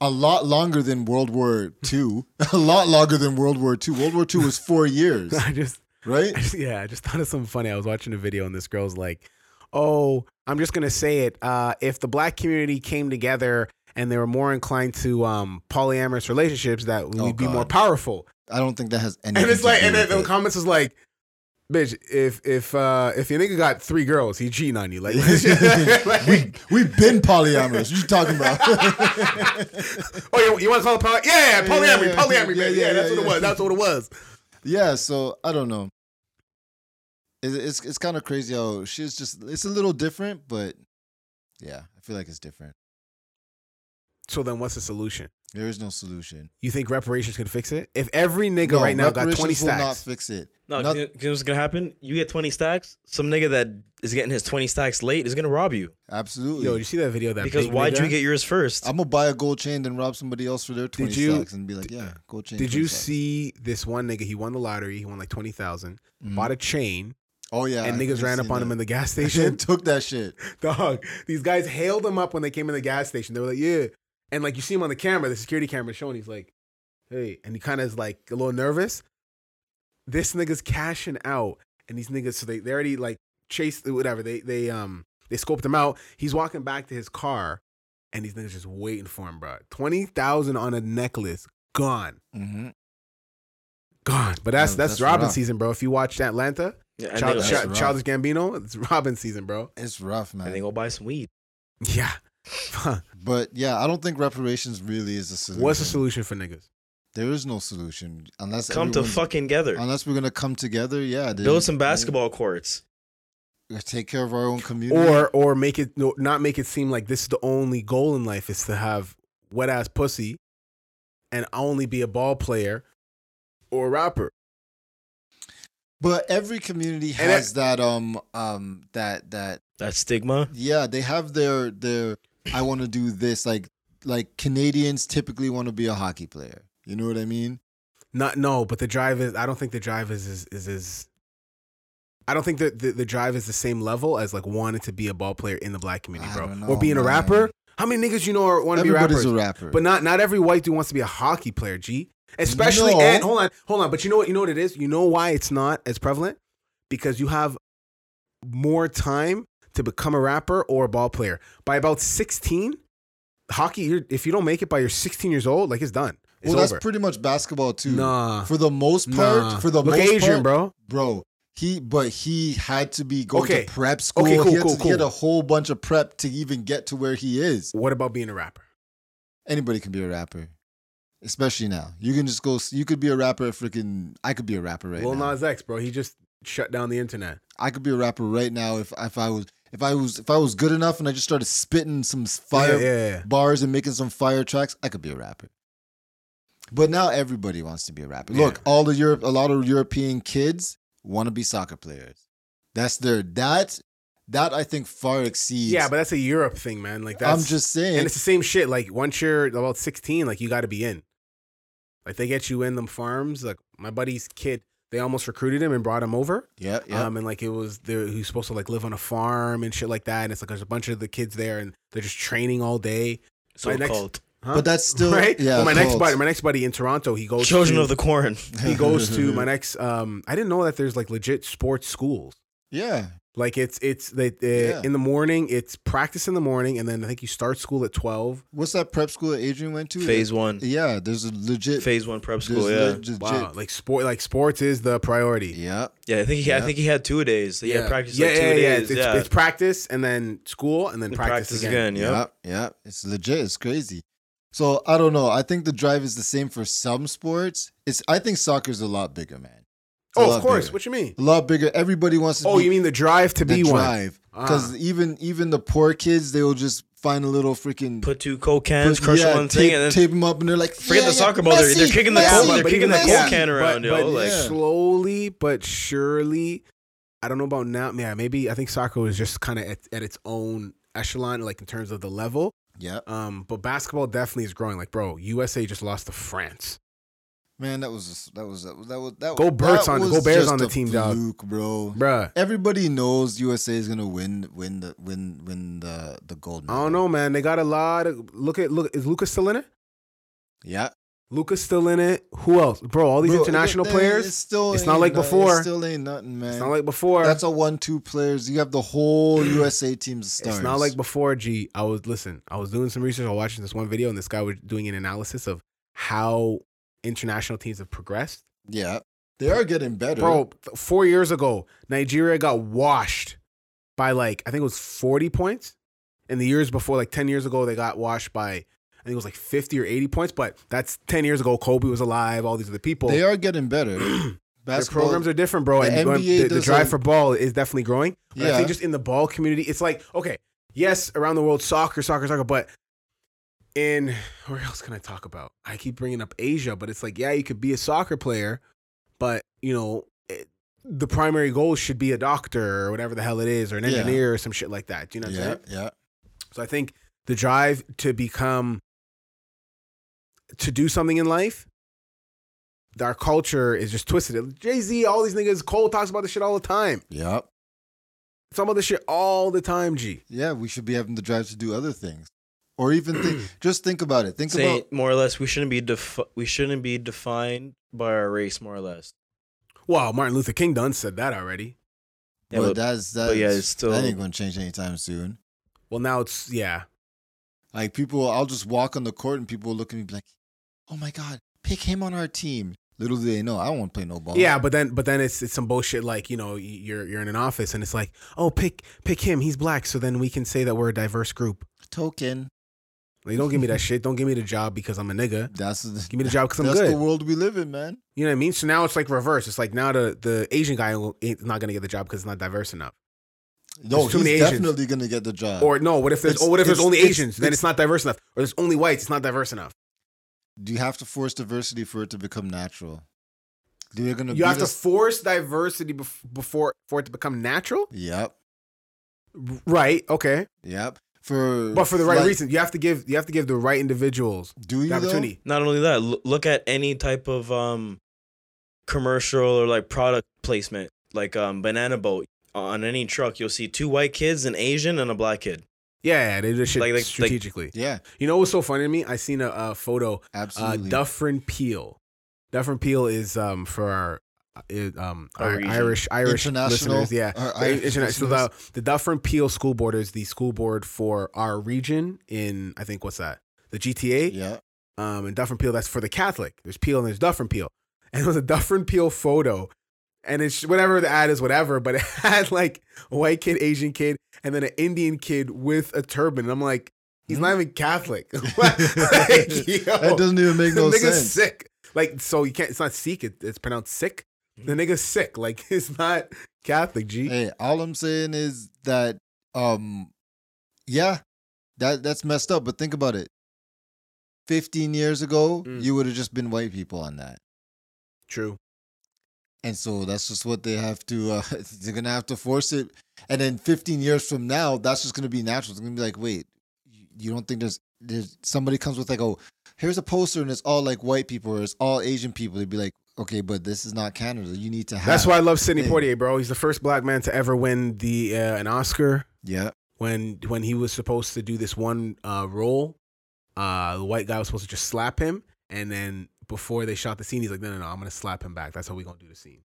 a lot longer than World War II. a lot longer than World War II. World War II was four years, I just, right? I just- yeah, I just thought of something funny. I was watching a video and this girl's like, "Oh, I'm just gonna say it. Uh, if the black community came together and they were more inclined to um, polyamorous relationships, that we'd Oh, be more God. powerful." I don't think that has anything. And it's to like, do and then with the it. comments is like, "Bitch, if if uh, if your nigga got three girls, he cheating on you." Like, like we we've been polyamorous. What you talking about? oh, you, you want to call it poly? Yeah, yeah, polyamory, yeah, polyamory, yeah, baby. yeah, Yeah, that's yeah, what it yeah. was. That's what it was. yeah. So I don't know. It's it's, it's kind of crazy how she's just. It's a little different, but yeah, I feel like it's different. So then, what's the solution? There is no solution. You think reparations could fix it? If every nigga No, right now got reparations twenty will not stacks, fix it. No, Not- you know- you know what's gonna happen? You get twenty stacks. Some nigga that is getting his twenty stacks late is gonna rob you Absolutely. yo, did you see that video? of That because big why'd nigga? you get yours first? I'm gonna buy a gold chain then rob somebody else for their twenty you- stacks and be like, yeah, gold chain. Did 20 you stacks. see this one nigga? He won the lottery. He won like twenty thousand. Mhm. Bought a chain, Oh yeah, and I niggas did ran see up on that. him in the gas They should station. took that shit. Dog, these guys hailed him up when they came in the gas station. They were like, "Yeah," and like you see him on the camera, the security camera showing. He's like, "Hey," and he kind of is like a little nervous. This nigga's cashing out, and these niggas so they they already like chased whatever they they um they scoped him out. He's walking back to his car, and these niggas just waiting for him, bro. Twenty thousand on a necklace, gone. Mm-hmm. gone. But that's Yeah, that's, that's Robin rough. season, bro. If you watched Atlanta, Yeah, and, Child, they, that's Child- rough. Childish Gambino, it's Robin season, bro. It's rough, man. and they go buy some weed. Yeah. But yeah, I don't think reparations really is a solution. What's the solution for niggas? There is no solution unless Come to everyone- fucking together. Unless we're gonna come together, yeah. then- Build some basketball courts. yeah, Take care of our own community. Or or make it no, not make it seem like this is the only goal in life is to have wet ass pussy and only be a ball player or a rapper. but every community And has that um um that that That stigma. yeah they have their their I want to do this like like Canadians typically want to be a hockey player. You know what I mean? Not no, but the drive is I don't think the drive is is is, is I don't think that the, the drive is the same level as like wanting to be a ball player in the black community, I bro. don't know, or being a man. rapper. How many niggas you know are want to be rappers? Everybody's a rapper. But not not every white dude wants to be a hockey player, G. Especially No. and hold on, hold on. But you know what? You know what it is. You know why it's not as prevalent because you have more time to become a rapper or a ball player. By about sixteen, hockey. You're, if you don't make it by you're sixteen years old, like it's done. It's well, that's over. pretty much basketball too. nah, For the most part, nah. for the Look most Asian, bro. part, bro. He, but he had to be going Okay. to prep school. cool, he, had cool, to, he had cool. a whole bunch of prep to even get to where he is. What about being a rapper? Anybody can be a rapper, especially now. You can just go. s- You could be a rapper. at Freaking, I could be a rapper right Lil now. Nas X, bro. He just shut down the internet. I could be a rapper right now if if I was if I was if I was good enough and I just started spitting some fire Yeah, yeah, yeah. bars and making some fire tracks, I could be a rapper. But now everybody wants to be a rapper. Look, all the Europe, a lot of European kids want to be soccer players. That's their that that I think far exceeds. Yeah, but that's a Europe thing, man. Like that's I'm just saying. and it's the same shit. Like once you're about sixteen, like you got to be in. Like they get you in them farms. Like my buddy's kid, they almost recruited him and brought him over. yeah, yeah. Um, and like it was there, he was supposed to like live on a farm and shit like that. And it's like there's a bunch of the kids there, and they're just training all day. So next- called Huh? But that's still- right. yeah, Well, my next cult. buddy, my next buddy in Toronto, he goes children to, of the corn. he goes to my next. Um, I didn't know that there's like legit sports schools. yeah. Like it's it's they, uh, Yeah. in the morning. It's practice in the morning, and then I think you start school at twelve. What's that prep school that Adrian went to? Phase one. Yeah, there's a legit Phase one prep there's school. Yeah. legit- Wow, like sport, like sports is the priority. yeah. Yeah, I think he. I Yeah. think he had two days. He had practice like two It's, days. it's- yeah. it's practice and then school and then And practice, again. yeah. Yeah, yeah. It's legit. It's crazy. So I don't know. I think the drive is the same for some sports. It's I think soccer's a lot bigger, man. It's a Oh, lot of course. bigger. What you mean? a lot bigger. Everybody wants to Oh, be you mean the drive to the be one? drive. Because Ah. even even the poor kids, they will just find a little freaking Put two coke cans, crush yeah, one tape, thing, and then tape them up, and they're like, forget yeah, the yeah, soccer ball. They're, they're Messi, kicking the Messi, coke. Oh, but They're even kicking the like- coke yeah, can around, but, yo. but like, yeah. slowly but surely, I don't know about now. Yeah, maybe I think soccer was just kind of at, at its own echelon, like in terms of the level. Yeah, Um, but basketball definitely is growing. Like, bro, USA just lost to France. Man, that was just, that was that was that was that Go Birds that on- was go Bears just on the a team, dog. fluke, bro. Bruh. Everybody knows USA is gonna win, win the win, win the the gold I medal. don't know, man. They got a lot of look at look. Is Lucas still in it? Yeah, Luca's still in it. Who else, bro? All these Bro, international it- it- players. It's still, it's not ain't like no- before. It still ain't nothing, man. it's not like before. That's a one-two players. You have the whole USA team's stars. It's not like before, G. I was listen, I was doing some research, I was watching this one video, and this guy was doing an analysis of how international teams have progressed. yeah, they are getting better, Bro, th- four years ago, Nigeria got washed by like, I think it was 40 points. And the years before, like 10 years ago, they got washed by I think it was like 50 or 80 points, but that's 10 years ago. Kobe was alive, all these other people. They are getting better. Their Basketball programs are different, bro. the and going- NBA the, the drive doesn't- for ball is definitely growing. But I Yeah. think just in the ball community, it's like, okay, yes, around the world, soccer, soccer, soccer, but in where else can I talk about? I keep bringing up Asia, but it's like, yeah, you could be a soccer player, but you know, it, the primary goal should be a doctor or whatever the hell it is, or an Yeah. engineer or some shit like that. Do you know what I'm yeah, saying? yeah. So I think the drive to become to do something in life, our culture is just twisted. Jay Z, all these niggas, Cole talks about this shit all the time. Yeah. Talks about this shit all the time, G. Yeah, we should be having the drive to do other things. Or even think just think about it. Think Say about more or less, we shouldn't be defi- we shouldn't be defined by our race, more or less. Wow, Martin Luther King done said that already. Yeah, but, but- that's that's but yeah, it's still- that ain't gonna change anytime soon. Well, now it's yeah. Like people I'll just walk on the court and people will look at me and be like, Oh my god, pick him on our team. Little do they know I don't want to play no ball. Yeah, but then but then it's it's some bullshit like you know y- you're you're in an office and it's like oh pick pick him he's black so then we can say that we're a diverse group. Token. Like don't give me that shit. Don't give me the job because I'm a nigga. That's the Give me the job because I'm that's good. the world we live in, man. You know what I mean? So now it's like reverse. It's like now the, the Asian guy will- is not gonna get the job because it's not diverse enough. No, There's too he's many Asians. definitely gonna get the job. Or no, what if there's Uh, It's- oh, what if there's it's- only it's- Asians? Then it's- it's not diverse enough. Or there's only whites. It's not diverse enough. do you have to force diversity for it to become natural? They're gonna You beat have to us- force diversity bef- before for it to become natural. Yep. Right. Okay. Yep. For But for the right like, reason, you have to give you have to give the right individuals Do the you though? opportunity. Not only that, l- look at any type of um commercial or like product placement, like um Banana Boat on any truck, you'll see two white kids, an Asian, and a black kid. Yeah, yeah, they do this shit Like- like- like- strategically. Yeah, you know what's so funny to me? I seen a, a photo. Uh, absolutely. Dufferin Peel. Dufferin Peel is um for our. uh, um, our Norwegian. Irish Irish International- listeners, yeah. our Uh, Irish interna- so the, the Dufferin Peel School Board is the school board for our region in I think what's that the GTA, yeah, um, and Dufferin Peel. That's for the Catholic. There's Peel and there's Dufferin Peel, and it was a Dufferin Peel photo, and it's whatever the ad is, whatever. But it had like a white kid, Asian kid, and then an Indian kid with a turban. And I'm like, he's not even Catholic. like, Hmm? that yo, doesn't even make no Oh, the nigga's sense. sick. Like, so you can't. It's not Sikh. It, it's pronounced sick. The nigga's sick. Like, it's not Catholic. G. Hmm. Hey, all I'm saying is that, um, yeah, that that's messed up. But think about it. Fifteen years ago, Mm. you would have just been white people on that, True. and so that's just what they have to. Uh, they're gonna have to force it. And then 15 years from now, that's just gonna be natural. It's gonna be like, wait, you don't think there's there's somebody comes with like, oh, here's a poster and it's all like white people or it's all Asian people. They'd be like, okay, but this is not Canada. You need to have. That's why I love Sidney Hey. Poitier, bro. He's the first black man to ever win the uh, an Oscar. Yeah. when when he was supposed to do this one uh, role, uh, the white guy was supposed to just slap him, and then before they shot the scene, he's like, "No, no, no, I'm gonna slap him back. That's how we gonna do the scene."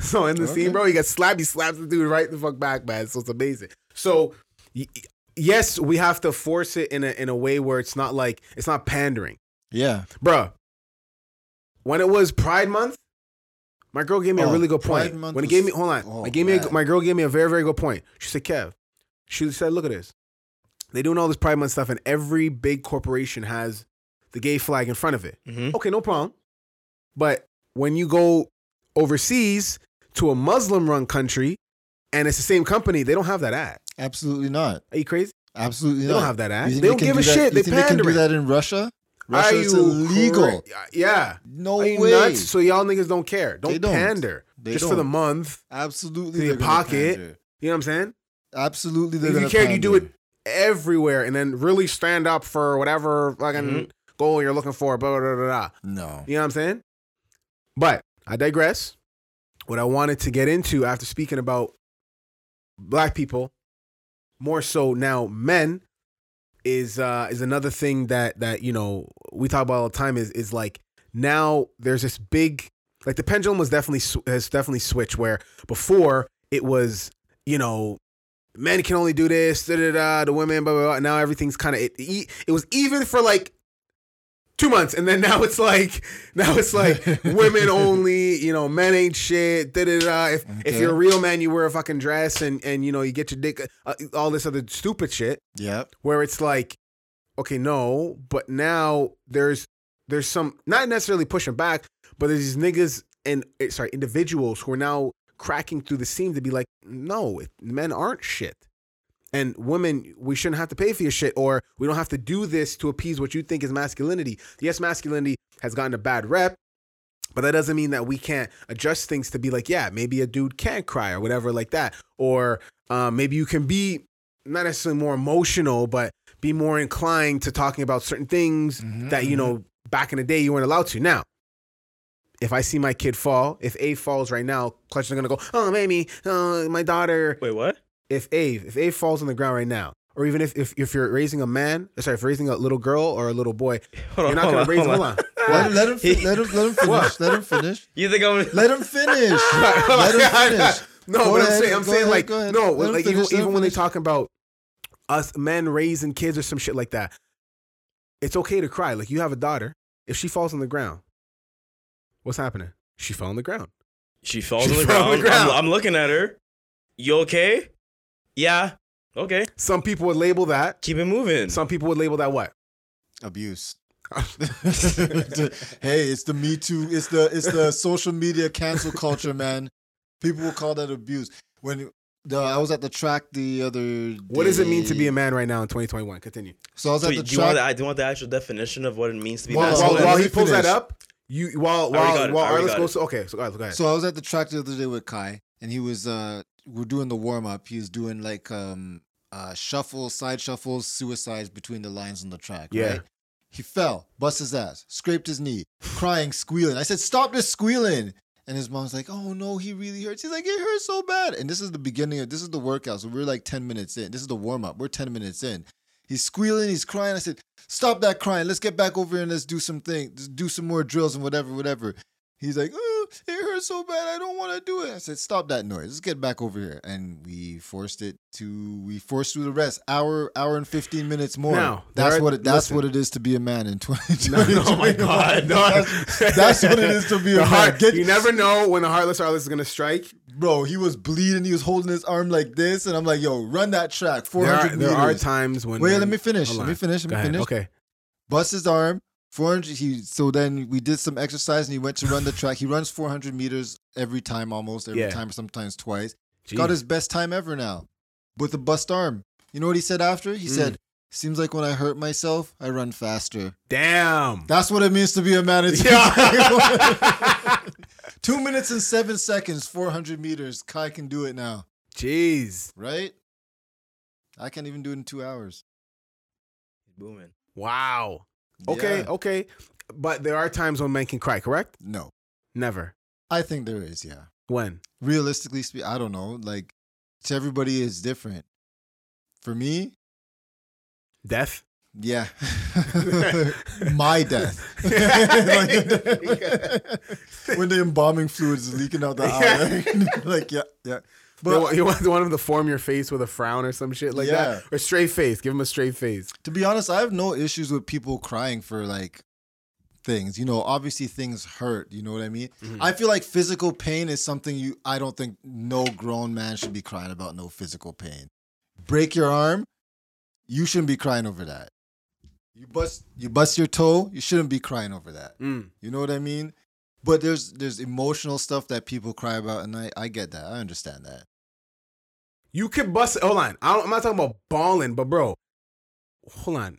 So in the Okay. scene, bro, he got slapped. He slaps the dude right the fuck back, man. So it's amazing. So y- y- yes, we have to force it in a in a way where it's not like it's not pandering, Yeah. Bruh, When it was Pride Month. My girl gave me a Oh, really good Pride point. Month When it was- gave me, hold on, oh, I gave me a, man. my girl gave me a very very good point. She said, "Kev, she said, look at this. They doing all this Pride Month stuff, and every big corporation has the gay flag in front of it. Mm-hmm. Okay, no problem. But when you go overseas to a Muslim-run country, and it's the same company, they don't have that ad. Absolutely not. Are you crazy? Absolutely They not. don't have that ad. You They think don't can give a do that- shit. You They think they can do pandering. that in Russia? Russia, Are it's you illegal. cra- Yeah. No Are you way. nuts? So y'all niggas don't care. Don't, They don't. pander. They just for the don't. month. Absolutely. To your they're gonna pocket. pander. You know what I'm saying? Absolutely. They're If you gonna care, you do it pander. everywhere and then really stand Mm-hmm. up for whatever fucking goal you're looking for, blah, blah, blah, blah, blah. No. You know what I'm saying? But I digress. What I wanted to get into after speaking about black people, more so now men, is uh is another thing that that you know we talk about all the time is is like now there's this big like the pendulum was definitely sw- has definitely switched where before it was you know men can only do this da da da the women blah blah blah now everything's kind of it, e- it was even for like two months and then now it's like now it's like women only you know men ain't shit da da da if if Okay. you're a real man you wear a fucking dress and and you know you get your dick uh, all this other stupid shit Yep. where it's like okay no but now there's there's some not necessarily pushing back but there's these niggas and eh, sorry individuals who are now cracking through the seam to be like no it- men aren't shit and women we shouldn't have to pay for your shit or we don't have to do this to appease what you think is masculinity yes masculinity has gotten a bad rep but that doesn't mean that we can't adjust things to be like yeah maybe a dude can cry or whatever like that or um, maybe you can be not necessarily more emotional, but be more inclined to talking about certain things that you know back in the day you weren't allowed to. Now, if I see my kid fall, if Ave falls right now, Clutch is gonna go, "Oh, mammy, oh, my daughter." Wait, what? If Ave, if Ave falls on the ground right now, or even if if, if you're raising a man, uh, sorry, if you're raising a little girl or a little boy, Hold you're not gonna raise. Hold on. Let, him- let him. Fi- He- let him. Let him finish. let him finish. You think I'm? Let him finish. Hold on. let him finish. No, Go but I'm ahead, saying, I'm go saying ahead, like, go ahead. no, Let him like finish, even, let him even when they finish. talk about us men raising kids or some shit like that, it's okay to cry. Like you have a daughter, if she falls on the ground, what's happening? She fell on the ground. She falls She on the fell ground. on the I'm- ground. I'm, looking at her. You okay? Yeah. Okay. Some people would label that. Keep it moving. Some people would label that what? Abuse. hey, it's the Me Too. It's the it's the social media cancel culture, man. People will call that abuse. When the, I was at the track the other. What does it mean to be day- a man right now in 2021? Continue. So I was at Wait, the do you want? The, track. I do you want the actual definition of what it means to be Well, While, That's while, masculine. well, while let he me pulls that finish. up, you while already while got it. I while already Arliss got goes to okay. So go ahead. So go ahead. So I was at the track the other day with Kai, and he was uh we're doing the warm up. He was doing like um uh shuffles, side shuffles, suicides between the lines on the track. Yeah. Right? He fell, bust his ass, scraped his knee, crying, squealing. I said, "Stop this squealing!" And his mom's like, "Oh no, he really hurts." He's like, "It hurts so bad." And this is the beginning of this is the workout. So we're like ten minutes in. This is the warm up. We're ten minutes in. He's squealing, he's crying. I said, "Stop that crying. Let's get back over here and let's do some things, do some more drills and whatever, whatever." He's like, oh, it hurts so bad. I don't want to do it. I said, stop that noise. Let's get back over here. And we forced it to, we forced through the rest. Hour, hour and 15 minutes more. Now, that's there are- what it, that's listen. what it is to be a man in 2020. No, oh my God, no. That's, that's what it is to be a The man. heart, Get- you never know when the heartless Arliss is gonna strike. bro, he was bleeding. He was holding his arm like this. And I'm like, yo, run that track. There 400 are, there are meters. times when. Wait, men- let me finish. Hold Let on. me finish. Let Go me ahead. finish. Okay. busts his arm. 400. He so then we did some exercise and he went to run the track. He runs 400 meters every time, almost every Yeah. time, sometimes twice. Jeez. Got his best time ever now, with a bust arm. You know what he said after? He Mm. said, "Seems like when I hurt myself, I run faster." Damn. That's what it means to be a man. It's Yeah. two minutes and seven seconds, 400 meters. Kai can do it now, Jeez. right? I can't even do it in two hours. Booming. Wow. Okay, Yeah. okay. But there are times when men can cry, correct? No, Never. I think there is. Yeah. When? realistically speaking, I don't know. Like to everybody is different. For me, Death? yeah, my death. Like, when the embalming fluid is leaking out the eye, right? like yeah, yeah. you, But want, you want one of them to form your face with a frown or some shit like Yeah. that? Or straight face. Give him a straight face. to be honest, I have no issues with people crying for like things. You know, obviously things hurt. You know what I mean? Mm-hmm. I feel like physical pain is something you. I don't think no grown man should be crying about no physical pain. Break your arm, you shouldn't be crying over that. You bust you bust your toe, you shouldn't be crying over that. Mm. You know what I mean? But there's there's emotional stuff that people cry about, and I I get that. I understand that. You could bust. Hold on. I don't, I'm not talking about balling, but bro, hold on.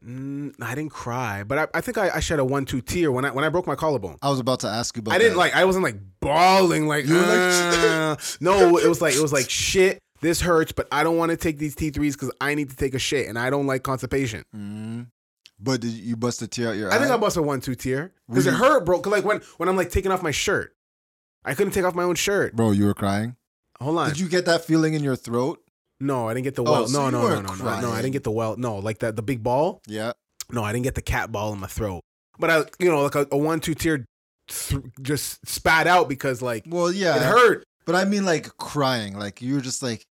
Mm, I didn't cry, but I, I think I, I shed a one two tear when I when I broke my collarbone. I was about to ask you about. I didn't that. like. I wasn't like bawling. Like, You were like, "Uh." no. It was like it was like shit. This hurts, but I don't want to take these T threes because I need to take a shit, and I don't like constipation. Mm. But did you bust a tear out your eye? I think I busted one two tear because it Really? hurt, bro. 'Cause, like when when I'm like taking off my shirt, I couldn't take off my own shirt. Bro, you were crying. Hold on. Did you get that feeling in your throat? no, I didn't get the Oh, welt. so no, you no, no, weren't no, no, no. I crying. didn't get the welt. No, like that the big ball. Yeah. No, I didn't get the cat ball in my throat. But I, you know, like a, a one two tear, th- just spat out because like Well, yeah. it hurt. But I mean, like crying. Like you were just like,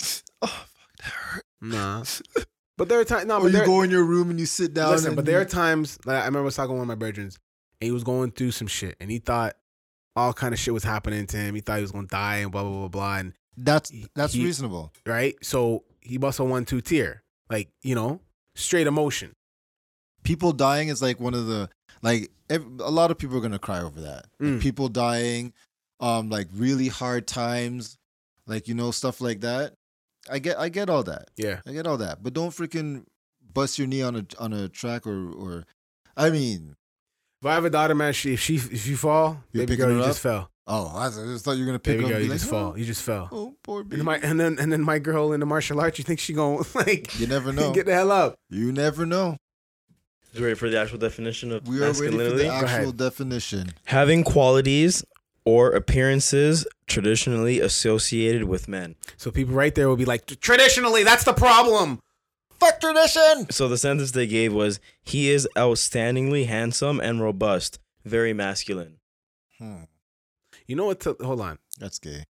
oh, fuck, that hurt. Nah. But there are times. No, Or but you there, go in your room and you sit down. Listen, and but there are you- times like I remember I was talking to one of my brethrens, and he was going through some shit, and he thought all kind of shit was happening to him. He thought he was gonna die and blah blah blah blah, and that's he- that's he- reasonable. right. So he busts a one two tier, like you know, straight emotion. People dying is like one of the like ev a lot of people are gonna cry over that. Like, Mm. people dying, um, like really hard times, like you know stuff like that. I get I get all that. Yeah, I get all that, but don't freaking bust your knee on a on a track or or, I mean, if I have a daughter, man, she, if she if you fall, You're baby picking girl, her you up? just fell. oh, I just thought you were gonna pick Baby up. girl, and be you like, just "Oh, fall. You just fell. Oh, poor baby. And, my, and then and then my girl in the martial arts, you think she going like you never know. get the hell up? You never know. You ready for the actual definition of We are ready for masculinity? the actual ahead. definition. Having qualities or appearances traditionally associated with men. So people right there will be like, traditionally, that's the problem. Fuck tradition. So the sentence they gave was he is outstandingly handsome and robust, very masculine. Hmm, You know what? To, hold on. that's gay.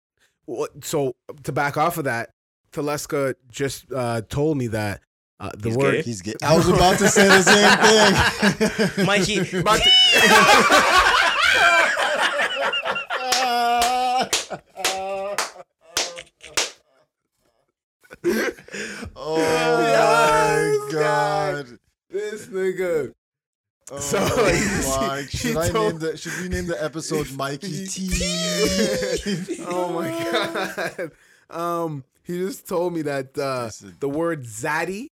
Well, so to back off of that, Teleska just uh, told me that uh, the He's word. gay? He's gay. I was about to say the same thing. Mikey, About to- oh Yes, my god. this nigga. Oh So- my. He Should I told- name the should we name the episode Mikey T? Oh my god. Um, he just told me that uh, Listen. the word zaddy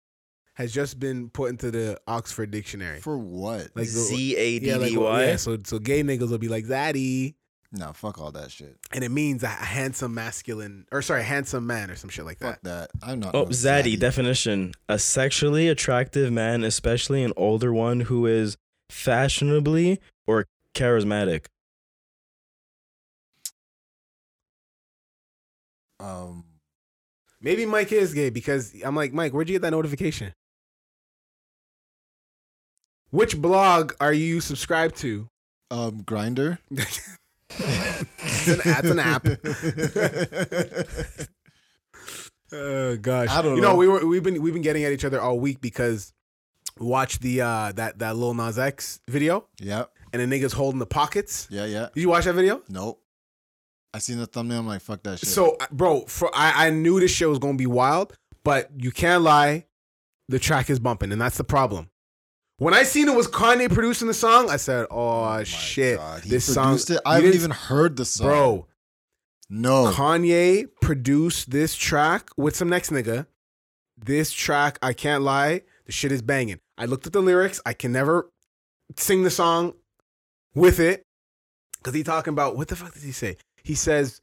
has just been put into the Oxford Dictionary. For what? Like the- Z A D yeah, like, D yeah, Y. so so gay niggas will be like zaddy, No, fuck all that shit. and it means a handsome masculine, or sorry, handsome man, or some shit like that. Fuck that. I'm not. Oh, no Zaddy, definition. A sexually attractive man, especially an older one who is fashionably or charismatic. Um, Maybe Mike is gay because I'm like, Mike, where'd you get that notification? Which blog are you subscribed to? um, grinder. It's an, that's an app. Oh gosh, I don't You know, know. we were we've been we've been getting at each other all week because we watched the uh that that Lil Nas X video yep. and the niggas holding the pockets. Yeah. Yeah. Did you watch that video? Nope. I seen the thumbnail. I'm like, fuck that shit. So, oh, I- bro, for I, I knew this show was gonna be wild, but you can't lie, the track is bumping, and that's the problem. When I seen it was Kanye producing the song, I said, "Oh, my shit, God, he this song." produced It. you I haven't didn't- even heard the song, bro. No. Kanye produced this track with some next nigga. This track, I can't lie, the shit is banging. I looked at the lyrics. I can never sing the song with it because he talking about what the fuck does he say? He says,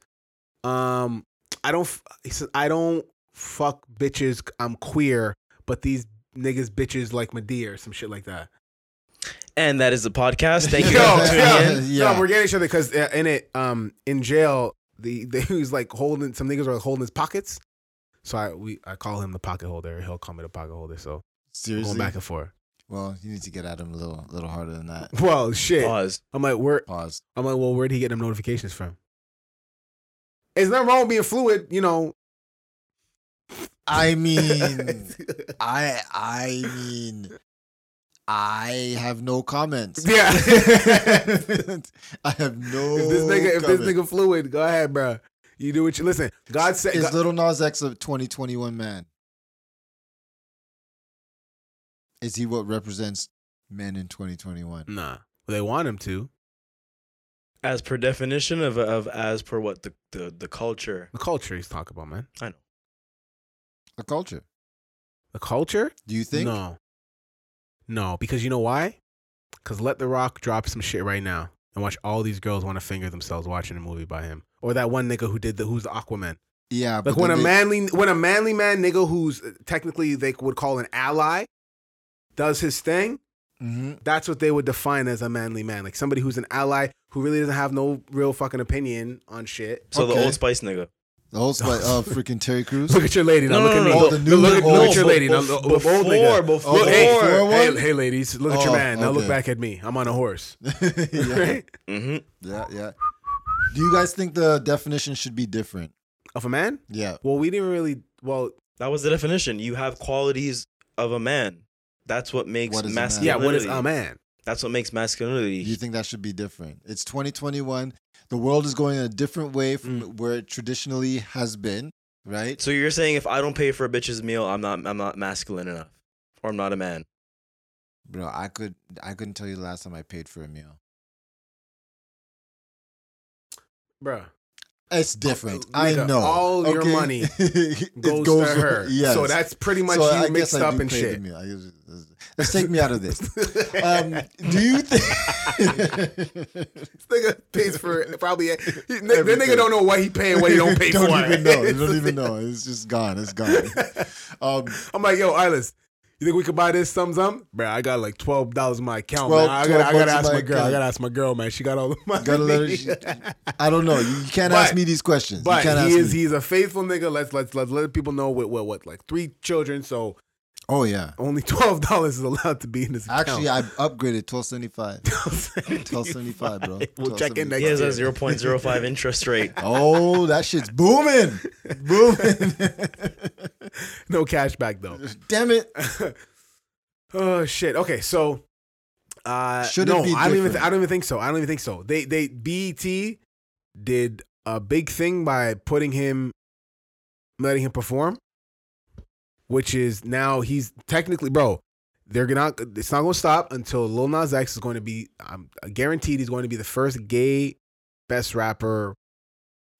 um, I don't. f- He says I don't fuck bitches. I'm queer, but these niggas bitches like Medea or some shit like that. And that is the podcast. Thank you. Yo, all yo, for tuning in. Yeah. no, we're getting each other because in it, um, in jail, the, the he was like holding some niggas were holding his pockets. So I we I call him the pocket holder. He'll call me the pocket holder. So we're Seriously. going back and forth. well, you need to get at him a little, little harder than that. Well, shit. Pause. I'm like, where? Pause. I'm like, well, where'd he get them notifications from? It's not wrong with being fluid, you know. I mean, I, I mean, I have no comments. yeah. I have no. if this nigga, if this comment. nigga fluid, go ahead, bro. You do what you listen. God said. is God- Little Nas X a 2021 man? Is he what represents men in 2021? nah, they want him to. As per definition of, of as per what the, the, the culture. The culture he's talking about, man. I know. A culture? The culture. Do you think? No. No, because you know why? Because Let The Rock drop some shit right now and watch all these girls want to finger themselves watching a movie by him. Or that one nigga who did the who's the Aquaman. Yeah, Like but when then a they- manly when a manly man nigga who's uh, technically they would call an ally does his thing, Mhm. Mm-hmm. that's what they would define as a manly man. Like somebody who's an ally who really doesn't have no real fucking opinion on shit. So the Okay. Old Spice nigga. The whole spot of freaking Terry Crews. Look at your lady. Now No, look no, at no, me. no, Oh, the Look- new look, one. look at your Oh, lady. Now, before- look- look- old before, nigga. Oh, before. Look, hey, Before hey, one? hey, ladies, look at your Oh, man. Now look okay. back at me. I'm on a horse. yeah, Right? hmm yeah, yeah. Do you guys think the definition should be different? Of a man? Yeah. Well, we didn't really. Well, That was the definition. You have qualities of a man. That's what makes What is a man? masculinity. yeah. What is a man? That's what makes masculinity. Do you think that should be different? It's 2021. The world is going in a different way from Mm. where it traditionally has been, right? so you're saying if I don't pay for a bitch's meal, I'm not I'm not masculine enough, or I'm not a man. Bro, I could I couldn't tell you the last time I paid for a meal. Bruh. It's different. Oh, I nigga, know. all your money It Goes, to her. yes. So that's pretty much So I you guess mixed I up do and pay the shit. meal. I guess- Let's take me out of this. Um, do you think? nigga pays for probably. He, the Everything. nigga don't know what he pay and what he don't pay for. Don't even know. You don't even know. It's just gone. It's gone. Um, I'm like, yo, Eyeless, you think we could buy this thumbs up? Bro, I got like twelve dollars in my account, 12 man. I gotta, I 12 gotta bucks ask my in my girl. I account. gotta ask my girl, man. She got all the money. Gotta let her- she- I don't know. You, you can't But- ask me these questions. you but can't he ask is me. he's a faithful nigga. Let's let's let let people know what what what like three children, so oh yeah. only twelve dollars is allowed to be in his Actually, account. I upgraded twelve seventy five. Twelve seventy five, bro. We'll check in 12.75. next He has year. a 0.05 interest rate. Oh, that shit's booming, booming. no cash back though. Damn it. Uh, Oh shit. Okay, so uh Should it no, be I don't even different? I don't even think so. I don't even think so. They they BET did a big thing by putting him letting him perform which is now he's technically bro they're gonna it's not gonna stop until Lil Nas X is going to be I'm uh, guaranteed he's going to be the first gay best rapper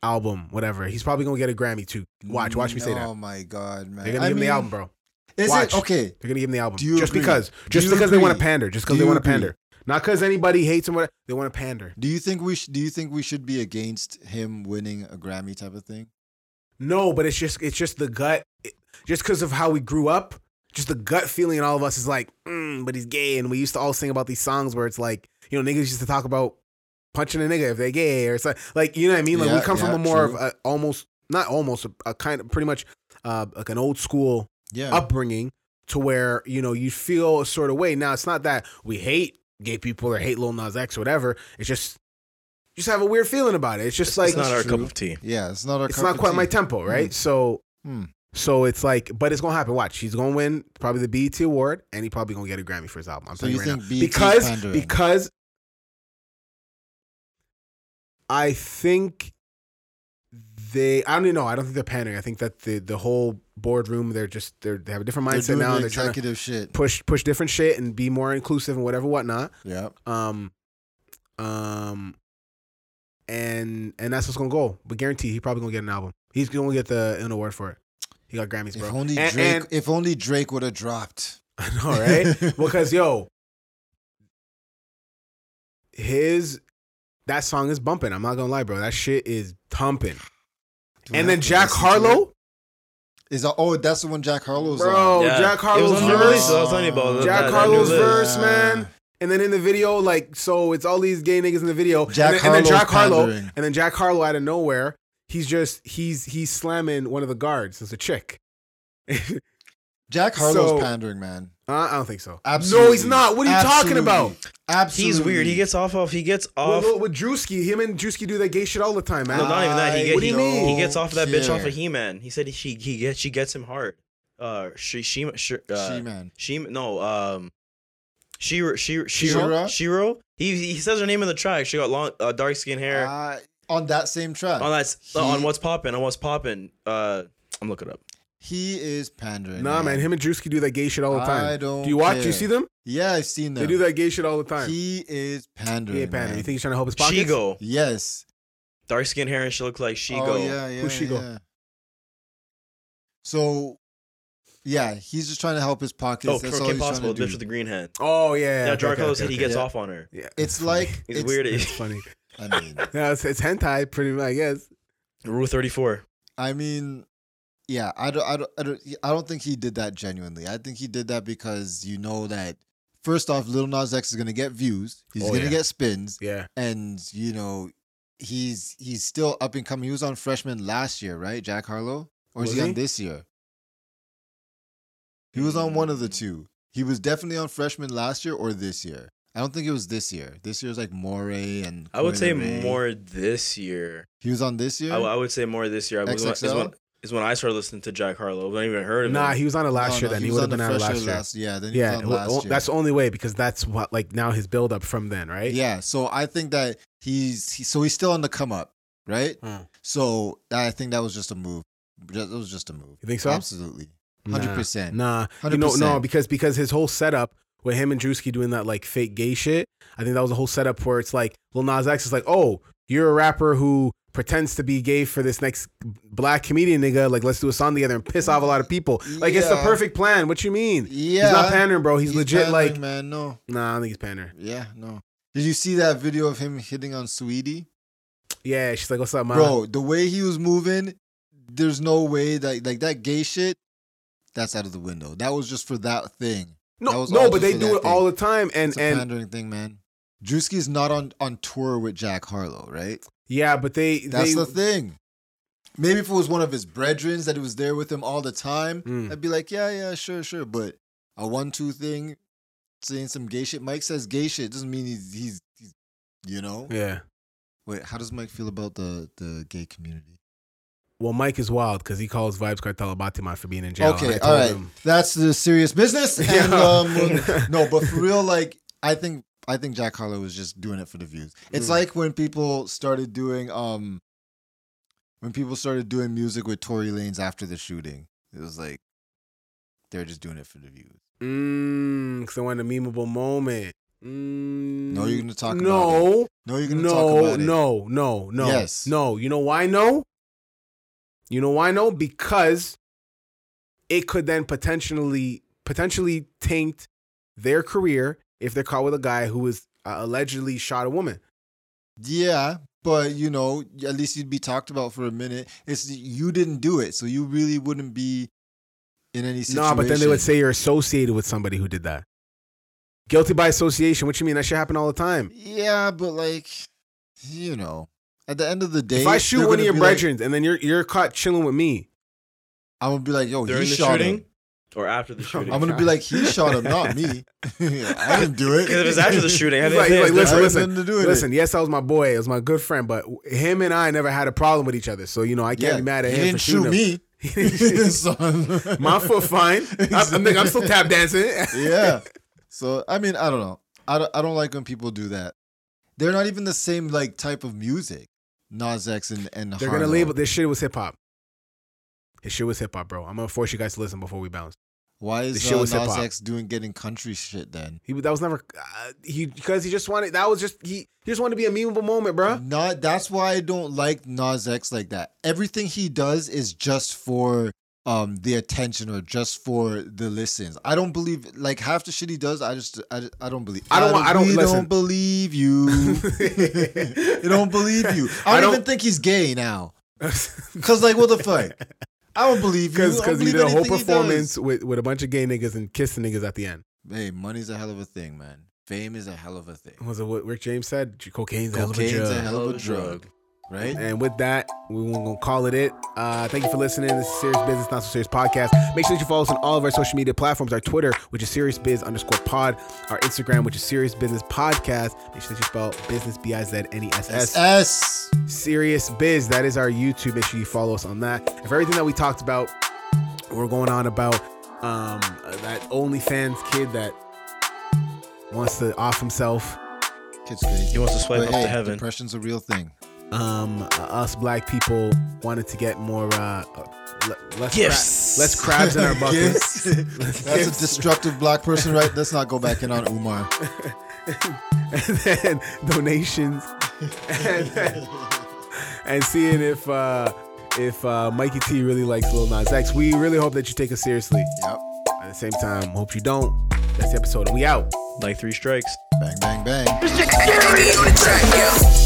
album whatever he's probably gonna get a Grammy too watch watch me say that Oh my god, man. they're gonna I give him mean, the album bro Is Watch. it okay? they're gonna give him the album Do you just agree? because, Do just you because they want to agree? pander, just because Do they you want to agree? pander, not because anybody hates him. What they want to pander. Do you think we should? Do you think we should be against him winning a Grammy type of thing? No, but it's just it's just the gut, it- just because of how we grew up, just the gut feeling in all of us is like, mm, but he's gay, and we used to all sing about these songs where it's like, you know, niggas used to talk about punching a nigga if they gay or something. Like you know what I mean? Like Yeah, we come from yeah, a more true. of a, almost not almost a, a kind of pretty much uh, like an old school Yeah. upbringing to where you know you feel a sort of way. Now it's not that we hate gay people or hate Lil Nas X or whatever. It's just you just have a weird feeling about it. It's just like it's not our cup of tea. yeah, it's not our. it's cup not of quite tea. my tempo, right? So Mm. Hmm. so it's like, but it's gonna happen. Watch, he's gonna win probably the BET award, and he probably gonna get a Grammy for his album. I'm So telling you you right think now BET is because pandering? because I think they I don't even know. I don't think they're pandering. I think that the the whole boardroom they're just they're, they have a different They're mindset doing now. the and They're trying to executive shit. push push different shit and be more inclusive and whatever whatnot. Yeah. Um, um, and and that's what's gonna go. But guaranteed, he probably gonna get an album. He's gonna get the an award for it. He got Grammys, bro. If only And- Drake. and- if only Drake would have dropped. I know, right? because yo, his that song is bumping. I'm not gonna lie, bro. That shit is thumping. Do I And then have to Jack listen to it? Harlow, is. That, oh, that's the one Jack Harlow's bro. on. Yeah. Oh, Jack It was Harlow's on your list, verse. so I was telling you about that- Jack that new Harlow's list. verse, man. And then in the video, like, so it's all these gay niggas in the video. Jack and, then, and then Harlow's Jack Harlow, pandering. and then Jack Harlow out of nowhere, he's just he's he's slamming one of the guards. It's a chick. Jack Harlow's So- pandering, man. Uh, I, I don't think so. Absolutely. No, he's not. What are you talking about? Absolutely. He's weird. He gets off off. He gets With, off. with, with Drewski, him and Drewski do that gay shit all the time, man. No, not even that. He, get, What do he, you mean? he gets off of that bitch off care. of He Man. He said she he gets she gets him hard. Uh, she she she uh, She-Man. she no um, she she Shiro She-Ra? Shiro. He he says her name in the track. She got long uh, dark skin hair. Uh, on that same track. on that s- Uh, he- Oh, on what's popping on what's popping. Uh, I'm looking up. He is pandering. Nah, man. Him and Drewski do that gay shit all the time. I don't Do you watch? Do you care. see them? Yeah, I've seen that. They do that gay shit all the time. He, He is pandering. ain't pandering. man. You think he's trying to help his pockets? Shigo, Yes. dark skin hair, and she looked like Shigo. Oh, yeah, yeah, Who's Shigo? yeah. So, yeah, he's just trying to help his pockets. Oh, That's Kim all he's Possible, trying the to bitch do. with the green hand. Oh yeah. yeah, okay, Jack okay, Harlow okay, said he okay. gets yeah. off on her. Yeah, It's like He's it's- weird. It's funny. I mean, Yeah, it's, it's hentai, pretty much. I guess. Rule 34. I mean, yeah, I don't, I don't, I don't, I don't think he did that genuinely. I think he did that because you know that first off, Lil Nas X is gonna get views. He's Oh, gonna yeah. get spins, Yeah. and you know, he's he's still up and coming. He was on Freshman last year, right? Jack Harlow, or is Was he, he? on this year? He was on one of the Mm. two. He was definitely on Freshman last year or this year. I don't think it was this year. This year's like Moray and I would Coi say Leray. more this year. He was on this year. I, I would say more this year. I was- Is XXL? when, is when I started listening to Jack Harlow. I've not even heard of Nah, him. he was on it last No, year. no, then he he, was would on have been the on it Fresh last Air year. last- yeah, then he yeah, was on well, last year. that's the only way because that's what like now his build up from then, right? Yeah, so I think that he's he, so he's still on the come up, right? Mm. So I think that was just a move. That was just a move. You think so? Absolutely, hundred Nah. percent. Nah, you know, no, 100%. because because his whole setup with him and Drewski doing that like fake gay shit, I think that was a whole setup where it's like Lil Nas X is like, oh, you're a rapper who pretends to be gay for this next black comedian nigga. Like, let's do a song together and piss off a lot of people. Like, it's the Yeah. perfect plan. What you mean? Yeah, He's not pandering, bro. He's, He's legit pandering, like, man. No, nah, I don't think he's pandering. yeah, no. Did you see that video of him hitting on Sweetie, Yeah, she's like, what's up, man? bro? The way he was moving, there's no way that like that gay shit. That's out of the window. That was just for that thing. that no, was no, all but just they for do that it all thing. the time, and It's a and pandering thing, man. Drewski's not on on tour with Jack Harlow, right? yeah, but they That's they the thing. Maybe if it was one of his brethren that was there with him all the time, Mm. I'd be like, yeah, yeah, sure, sure. But a one-two thing, saying some gay shit. Mike says gay shit doesn't mean he's he's, he's you know. yeah. Wait, how does Mike feel about the the gay community? Well, Mike is wild because he calls Vibes Cartel Batiman for being in jail. and I okay, told all right, him- that's the serious business. And, Yeah. um, no, but for real, like I think I think Jack Harlow was just doing it for the views. It's Mm. like when people started doing um when people started doing music with Tory Lanez after the shooting. It was like they're just doing it for the views. Mm, because I want a memeable moment. Mm, No, you're gonna talk about no, No, you're gonna talk no, about it. no, no, no, Yes. no. You know why no? You know why no? Because it could then potentially potentially taint their career if they're caught with a guy who is uh, allegedly shot a woman. Yeah, but you know, at least you'd be talked about for a minute. It's you didn't do it, so you really wouldn't be in any No, situation. but then they would say you're associated with somebody who did that. Guilty by association. What you mean? That should happen all the time. Yeah, but like, you know, at the end of the day, if I shoot they're one of gonna your be like- brethren and then you're you're caught chilling with me, I'm gonna be like, yo, During he the shot shooting him. or after the shooting? I'm gonna be like, he shot him, not me. I didn't do it. Because if it's after the shooting, I He's think like- he's it's like, different. I had listen. nothing to do with Listen, it. yes, that was my boy. It was my good friend, but him and I never had a problem with each other. So, you know, I can't yeah, be mad at he him didn't for shooting him. shoot me. So- my foot fine. I'm, I'm- I'm still tap dancing. yeah. So I mean, I don't know. I don't, I don't like when people do that. They're not even the same like type of music. Nas X and and They're going to Harlow. label this shit was hip hop. This shit was hip hop, bro. I'm going to force you guys to listen before we bounce. Why this is shit uh, was Nas hip-hop. X doing getting country shit then? He that was never uh, he because he just wanted that was just he, he just wanted to be a memeable moment, bro. Not that's why I don't like Nas X like that. Everything he does is just for um the attention or just for the listens. I don't believe like half the shit he does. I just I, just- I don't believe. I don't want- I don't- we listen. don't believe you. I don't believe you. I don't, I don't- even think he's gay now. Because Cause like what the fuck? I don't believe you. I don't because he believe did a whole anything he does. performance with, with a bunch of gay niggas and kissing niggas at the end. Hey, money's a hell of a thing, man. Fame is a hell of a thing. Was it what Rick James said? Cocaine's a hell of a Cocaine's drug. a hell of a drug, right? And with that, we are gonna call it it. Uh, thank you for listening. This is Serious Business, Not So Serious podcast. Make sure that you follow us on all of our social media platforms. Our Twitter, which is Serious Biz underscore Pod. Our Instagram, which is Serious Business Podcast. Make sure that you spell business B I Z N E S S. SS. Serious Biz. That is our YouTube. Make sure you follow us on that. And for everything that we talked about, we're going on about um, that OnlyFans kid that wants to off himself. Kid's crazy. He wants to swipe But up hey, to heaven. Depression's a real thing. um, uh, us black people wanted to get more uh, uh, le- less Gifts. cra- less crabs in our buckets. Gifts. That's Gifts. a destructive black person, right? Let's not go back in on Umar. and then donations, and, then- and seeing if uh, if uh, Mikey T really likes Lil Nas X. We really hope that you take us seriously. Yep. At the same time, hope you don't. That's the episode, and we out. Like three strikes. Bang, bang, bang. Mr. Serious!